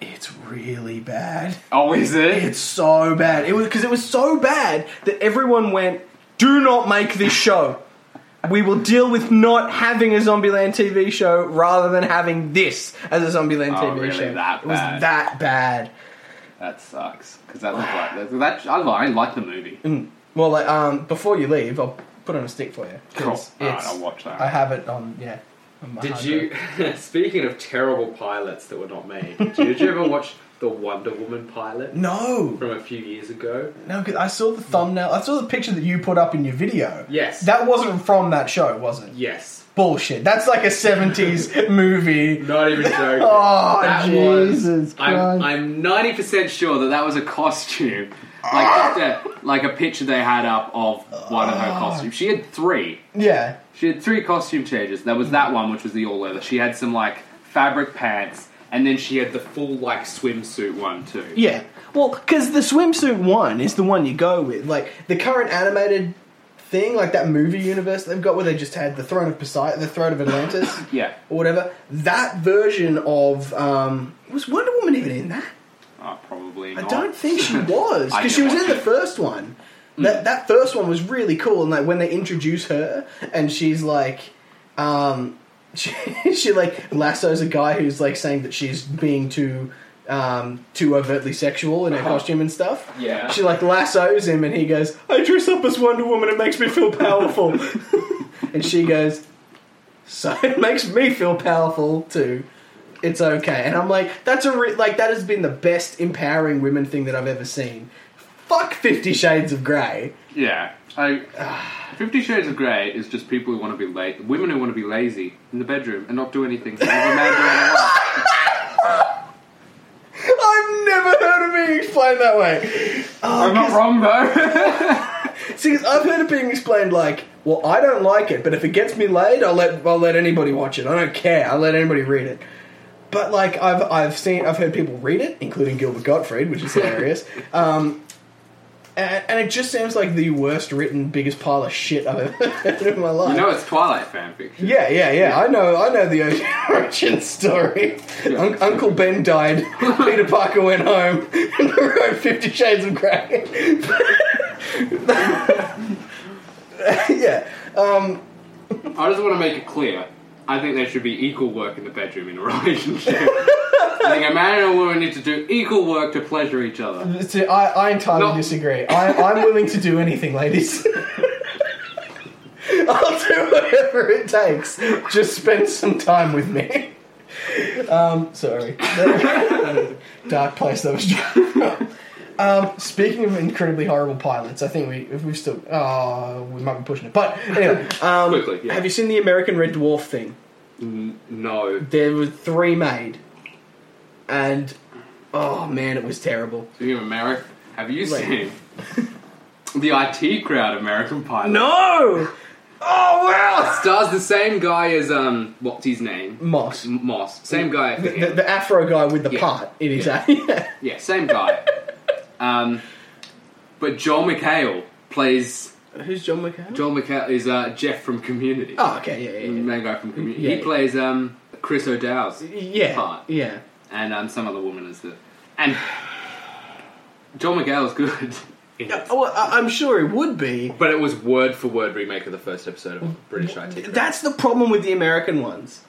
C: it's really bad.
B: oh, is it?
C: It's so bad. It was because it was so bad that everyone went, "Do not make this show. We will deal with not having a Zombieland TV show rather than having this as a Zombieland
B: Oh,
C: TV
B: really?
C: show."
B: That
C: it was
B: bad?
C: that bad.
B: That sucks because that looked like that. that I, like, I like the movie.
C: Well, like, um, before you leave, I'll put on a stick for you. 'cause
B: Cool. All right,
C: it's-
B: I'll watch that.
C: I have it on. Yeah. on my
L: Did
C: hard
L: you?
C: drive.
L: speaking of terrible pilots that were not made, did you ever watch the Wonder Woman pilot
C: No,
L: from a few years ago?
C: no. 'cause I saw the thumbnail. I saw the picture that you put up in your video.
L: Yes.
C: That wasn't from that show, was it?
L: Yes.
C: Bullshit. That's like a seventies movie.
L: Not even joking.
C: Oh,
L: That
C: Jesus
L: was, I'm,
C: Christ.
B: I'm 90% sure that that was a costume. Like, just a, like a picture they had up of one of her
C: Ah.
B: costumes. She had three.
C: Yeah.
B: She had three costume changes. There was that one, which was the all leather. She had some, like, fabric pants, and then she had the full, like, swimsuit one, too.
C: Yeah. Well, because the swimsuit one is the one you go with. Like the current animated thing, like that movie universe they've got where they just had the throne of Poseidon, the throne of Atlantis.
B: Yeah.
C: or whatever. That version of um, was Wonder Woman even in that?
B: Oh, probably
C: I
B: not.
C: don't think she was
B: I
C: because she was
B: know. Hmm.
C: in the first one. That that first one was really cool, and like when they introduce her, and she's like, um, she, she like lassos a guy who's like saying that she's being too. Um, too overtly sexual in her costume and stuff.
B: Uh-huh. Yeah.
C: She like lassos him and he goes, I dress up as Wonder Woman, it makes me feel powerful. and she goes, so it makes me feel powerful too. It's okay, and I'm like, that's a re- like that has been the best empowering women thing that I've ever seen. Fuck Fifty Shades of Grey.
B: Yeah. I, Fifty Shades of Grey is just people who want to be late, women who want to be lazy in the bedroom and not do anything. So they have a man doing their life.
C: I've never heard of being explained that way.
B: I'm not wrong though.
C: See, 'cause I've heard it being explained like, well, I don't like it, but if it gets me laid, I'll let I'll let anybody watch it. I don't care. I'll let anybody read it. But like, I've I've seen I've heard people read it, including Gilbert Gottfried, which is hilarious. um, and, and it just sounds like the worst written, biggest pile of shit I've ever heard in my life.
B: you know it's Twilight fanfiction.
C: Yeah, yeah, yeah. I know, I know the origin story. Un- Uncle Ben died. Peter Parker went home and wrote Fifty Shades of Grey. yeah,
B: I just want to make it clear. I think there should be equal work in the bedroom in a relationship. I think a man and a woman need to do equal work to pleasure each other.
C: See, I, I entirely
B: No.
C: disagree. I, I'm willing to do anything, ladies. I'll do whatever it takes. Just spend some time with me. Um, sorry. Dark place that was. Um, speaking of incredibly horrible pilots, I think we if we've still oh we might be pushing it. But anyway, um,
G: Quickly, yeah.
C: have you seen the American Red Dwarf thing?
G: N- no.
C: There were three made, and oh man, it was terrible.
B: Speaking of America, have you
C: Wait.
B: seen the IT crowd American Pilot?
C: No. Oh wow.
B: Stars the same guy as um, what's his name?
C: Moss,
B: M- Moss. Same guy.
C: the,
B: For
C: the,
B: him.
C: the Afro guy with the
B: Yeah.
C: part. It is yeah. yeah.
B: Yeah, same guy. um, but Joel McHale plays
C: Who's John McCain?
B: Joel McHale is uh, Jeff from Community.
C: Oh okay, yeah,
B: The
C: yeah,
B: main guy from Community.
C: Yeah,
B: he
C: yeah.
B: plays um, Chris O'Dowd's
C: yeah. yeah,
B: Part.
C: yeah.
B: and um, some other woman is the and Joel McHale's good.
C: Oh, I, I'm sure it would be.
G: But it was word for word remake of the first episode of British IT.
C: That's the problem with the American ones.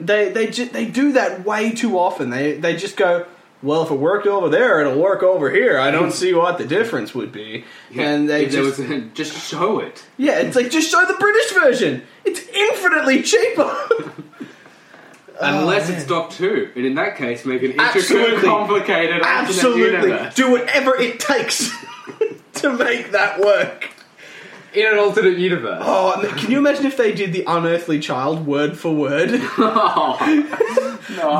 C: They they ju- they do that way too often. They they just go, well, if it worked over there, it'll work over here. I don't see what the difference would be. And they
B: If there
C: just
B: was- just show it.
C: yeah, it's like just show the British version. It's infinitely cheaper.
B: Unless
C: Oh,
B: it's
C: man.
B: Doc 2, and in that case, make an intricate,
C: Absolutely.
B: complicated alternate
C: Absolutely,
B: universe.
C: do whatever it takes to make that work.
G: In an alternate universe.
C: Oh, I mean, can you imagine if they did the Unearthly Child word for word?
B: No.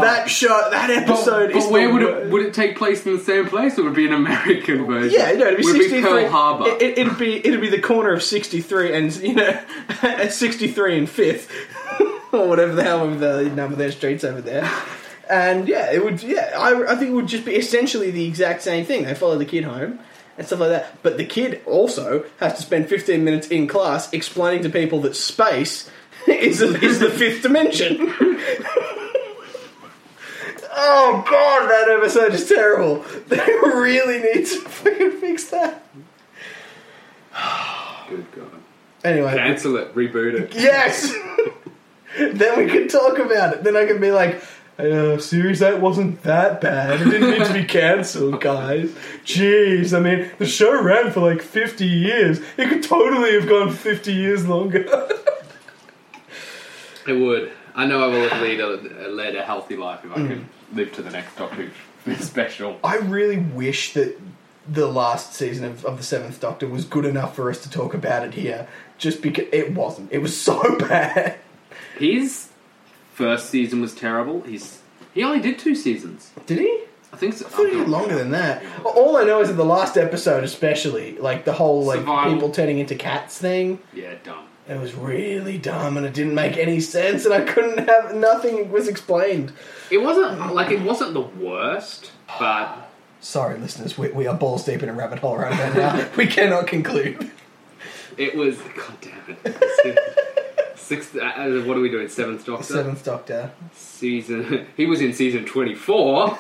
C: that show, that
B: but,
C: episode
B: but
C: is. the
B: where would
C: worst.
B: it would it take place in the same place? Or would it be an American version?
C: Yeah, no, it'd be
B: would it
C: sixty
B: be
C: three.
B: Pearl Harbor.
C: It, would be it'd be the corner of sixty three and you know at sixty three and fifth or whatever the hell of the number of their streets over there. And yeah, it would. Yeah, I, I think it would just be essentially the exact same thing. They follow the kid home and stuff like that. But the kid also has to spend fifteen minutes in class explaining to people that space is the, is the fifth dimension. Oh god, that episode is terrible. They really need to fucking fix that.
B: Good God.
C: Anyway,
G: Cancel it, reboot it.
C: yes. then we could talk about it. Then I could be like, uh, "Series that wasn't that bad. It didn't need to be cancelled, guys. Jeez, I mean, the show ran for like fifty years. It could totally have gone fifty years longer."
B: It would. I know I will have lead a, led a healthy life if I could live to the next Doc 2 special.
C: I really wish that the last season of, of the Seventh Doctor was good enough for us to talk about it here. Just because it wasn't. It was so bad.
B: His first season was terrible. He's he only did two seasons.
C: Did he?
B: I think so. Oh,
C: I thought he did longer than that. All I know is that the last episode, especially, like the whole like
B: Survival.
C: people turning into cats thing,
B: Yeah, dumb.
C: it was really dumb and it didn't make any sense, and I couldn't have nothing was explained.
B: It wasn't like it wasn't the worst, but
C: Sorry, listeners, we, we are balls deep in a rabbit hole right there now. we cannot conclude.
B: it was. God damn it! Sixth. Uh, uh, what are we doing? Seventh Doctor.
C: Seventh Doctor.
B: Season. He was in season twenty-four.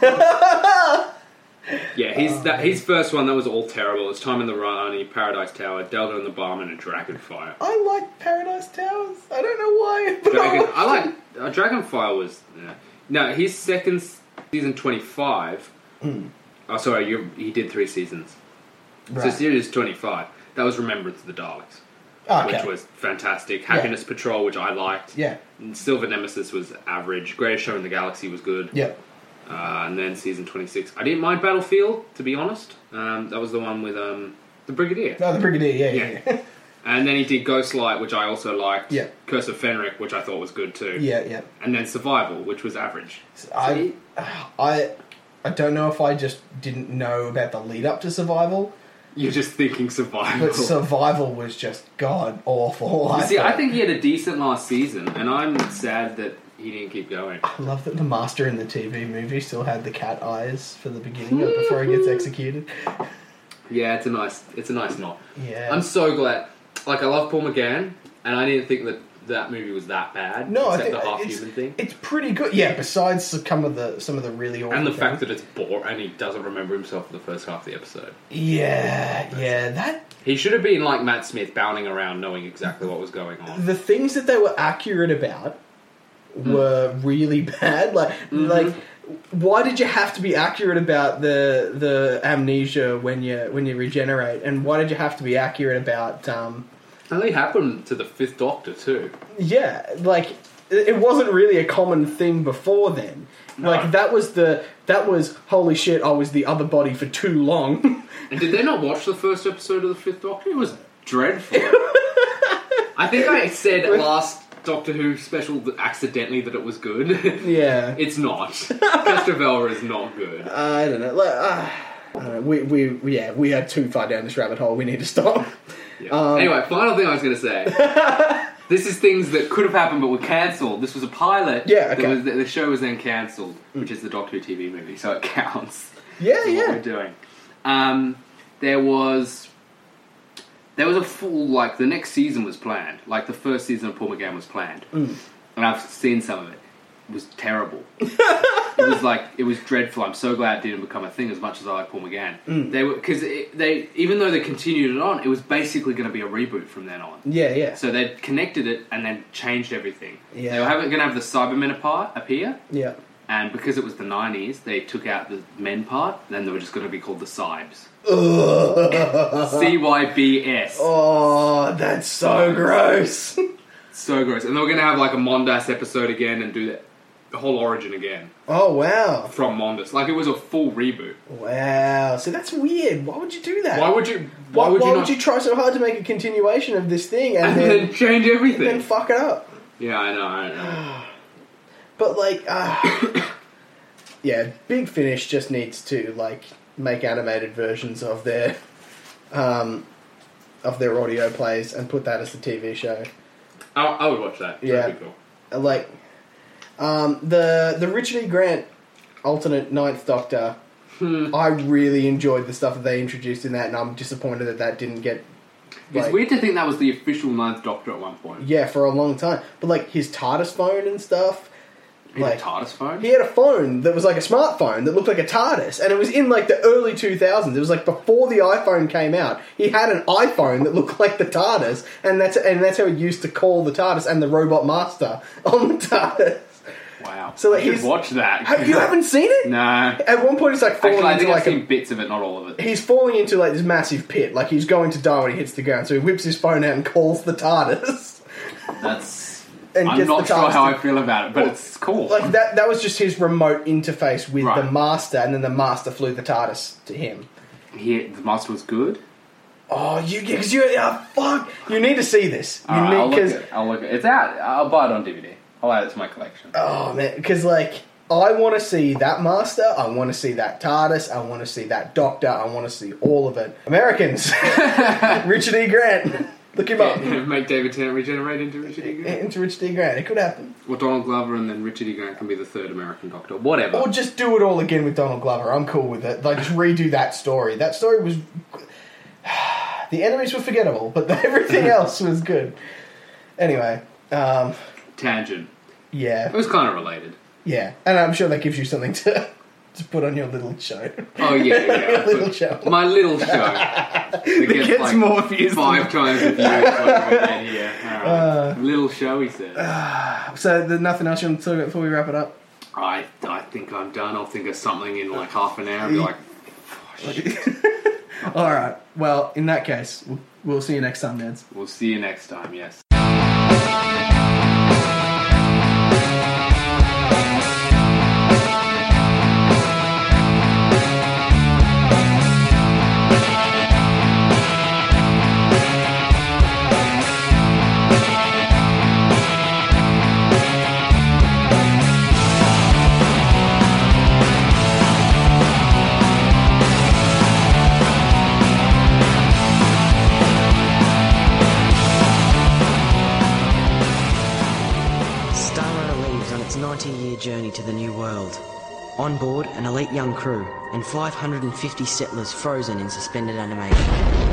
B: yeah, he's
C: Um.
B: that. His first one that was all terrible. It's Time in the Rani, Paradise Tower, Delta and the Barman, and Dragonfire.
C: I like Paradise Towers. I don't know why, but I
B: Dragon,
C: like-
B: I like uh, Dragonfire was yeah. no his second s- season twenty five.
C: Hmm.
B: Oh, sorry, you, he did three seasons. So
C: Right.
B: series twenty five. That was Remembrance of the Daleks,
C: Ah, okay.
B: which was fantastic. Happiness Patrol, which I liked.
C: yeah,
B: And Silver Nemesis was average. Greatest Show in the Galaxy was good.
C: yeah.
B: Uh, and then season twenty six. I didn't mind Battlefield to be honest. Um, that was the one with um, the Brigadier.
C: No, Oh, the Brigadier. Yeah, yeah, yeah.
B: And then he did Ghostlight, which I also liked.
C: Yeah.
B: Curse of Fenric, which I thought was good too.
C: yeah, yeah.
B: And then Survival, which was average.
C: I,
B: See?
C: I, I don't know if I just didn't know about the lead up to Survival.
B: You're just thinking survival.
C: But survival was just god awful.
B: You see, I
C: thought.
B: think he had a decent last season, and I'm sad that he didn't keep going.
C: I love that the master in the TV movie still had the cat eyes for the beginning of before he gets executed.
B: Yeah, it's a nice, it's a nice knot.
C: Yeah.
B: I'm so glad. Like, I love Paul McGann, and I didn't think that that movie was that bad.
C: no, I
B: except
C: think
B: the half
C: it's,
B: human thing,
C: it's pretty good. Yeah, besides some of the some of the really awful
B: and the fact that
C: things.
B: it's boring, and he doesn't remember himself for the first half of the episode.
C: yeah, yeah, that
B: He should have been like Matt Smith, bounding around, knowing exactly what was going on.
C: the things that they were accurate about
B: Hmm.
C: were really bad. Like,
B: Mm-hmm.
C: like, why did you have to be accurate about the the amnesia when you when you regenerate, and why did you have to be accurate about? Um,
B: And it happened to the Fifth Doctor too.
C: yeah, like it it wasn't really a common thing before then. Like that was the that was holy shit. I was the other body for too long.
G: And did they not watch the first episode of the Fifth Doctor? It was dreadful. I think I said last Doctor Who special that accidentally that it was good.
C: yeah,
G: it's not. Castrovelra is not good.
C: I don't know. Like, ah, I don't know. We, we we- yeah we are too far down this rabbit hole. We need to stop.
G: Yeah.
C: Um,
G: anyway, final thing I was going to say. this is things that
B: Could have happened, but were cancelled. This was a pilot.
C: Yeah,
B: that
C: okay. Hmm.
B: was- the, the show was then cancelled, which is the Doctor Who TV movie, so it counts.
C: Yeah,
B: to what
C: yeah.
B: we're doing. Um, there was there was a full like the next season was planned. Like the first season of Paul McGann was planned,
C: Mm.
B: and I've seen some of it. It was terrible. it was like it was dreadful. I'm so glad it didn't become a thing as much as I like Paul McGann.
C: Mm.
B: They were because they even though they continued it on, it was basically going to be a reboot from then on.
C: Yeah, yeah,
B: So they connected it and then changed everything. They
C: Yeah.
B: were going to have the Cybermen apart appear,
C: yeah.
B: and because it was the 90s, they took out the men part, then they were just going to be called the Cybes. CYBS.
C: Oh, that's so gross.
B: So gross. And they were going to have like a Mondas episode again and do that, the whole origin again
C: Oh wow,
B: from Mondas. Like it was a full reboot.
C: wow. So that's weird. Why would you do that?
G: why would you why would you not
C: try so hard to make a continuation of this thing and,
B: and
C: then,
B: then change everything?
C: then fuck it up?
B: yeah, I know, I know.
C: But like, uh, yeah, Big Finish just needs to like make animated versions of their um, of their audio plays and put that as the TV show.
G: I, I would watch that. That'd
C: Yeah.
G: be cool.
C: And, Like um, the the Richard E. Grant alternate Ninth Doctor. I really enjoyed the stuff that they introduced in that, and I'm disappointed that that didn't get.
B: it's
C: like-
B: weird to think that was the official Ninth Doctor at one point.
C: Yeah, for a long time. But like his TARDIS phone and stuff.
B: He had
C: like
B: a TARDIS phone?
C: he had a phone that was like a smartphone that looked like a TARDIS, and it was in like the early 2000s. It was like before the iPhone came out. He had an iPhone that looked like the TARDIS, and that's and that's how he used to call the TARDIS and the robot master on the TARDIS.
B: Wow. So
C: So, like,
B: you should
C: he's-
B: watch that.
C: Have, you haven't seen it?
B: no.
C: At one point, it's like falling
B: Actually, I think
C: into
B: I've
C: like a
B: seen bits of it, not all of it.
C: he's falling into like this massive pit. Like he's going to die when he hits the ground, so he whips his phone out and calls the TARDIS.
B: That's.
C: And
B: I'm
C: gets
B: not
C: the
B: sure
C: TARDIS
B: how
C: to-
B: I feel about it, but
C: Well,
B: it's cool.
C: like that that was just his remote interface with
B: Right.
C: the master and then the master flew the TARDIS to him.
B: Here, the master was good.
C: Oh, you because you ah, fuck, you need to see this. You
B: Alright, I'll
C: need
B: look at
C: because
B: it. I'll look at it. It's out. I'll buy it on DVD. I'll add it to my collection.
C: oh man, because like I want to see that master. I want to see that TARDIS. I want to see that Doctor. I want to see all of it. Americans, Richard E. Grant, look him up.
G: Make David Tennant regenerate into Richard E. Grant.
C: Into Richard E. Grant, it could happen.
G: Or Donald Glover and then Richard E. Grant can be the third American Doctor. Whatever.
C: Or just do it all again with Donald Glover. I'm cool with it. Like just redo that story. That story was the enemies were forgettable, but everything else was good. Anyway, um,
B: Tangent.
C: yeah,
G: It was kind of related.
C: yeah, and I'm sure that gives you something to to put on your little show.
B: Oh yeah, yeah.
C: Your little show.
B: My little show. That gets, like,
C: views. Uh.
B: Five times the views. like, we get here. Alright. little show, he said.
C: So there's nothing else you want to talk about before we wrap it up.
B: I, I think I'm done. I'll think of something in like half an hour. and Be like,
C: All right. Well, in that case, we'll, we'll see you next time, Neds.
B: we'll see you next time. Yes.
M: Starro leaves on its 90 year journey to the New World. On board, an elite young crew and 550 settlers frozen in suspended animation.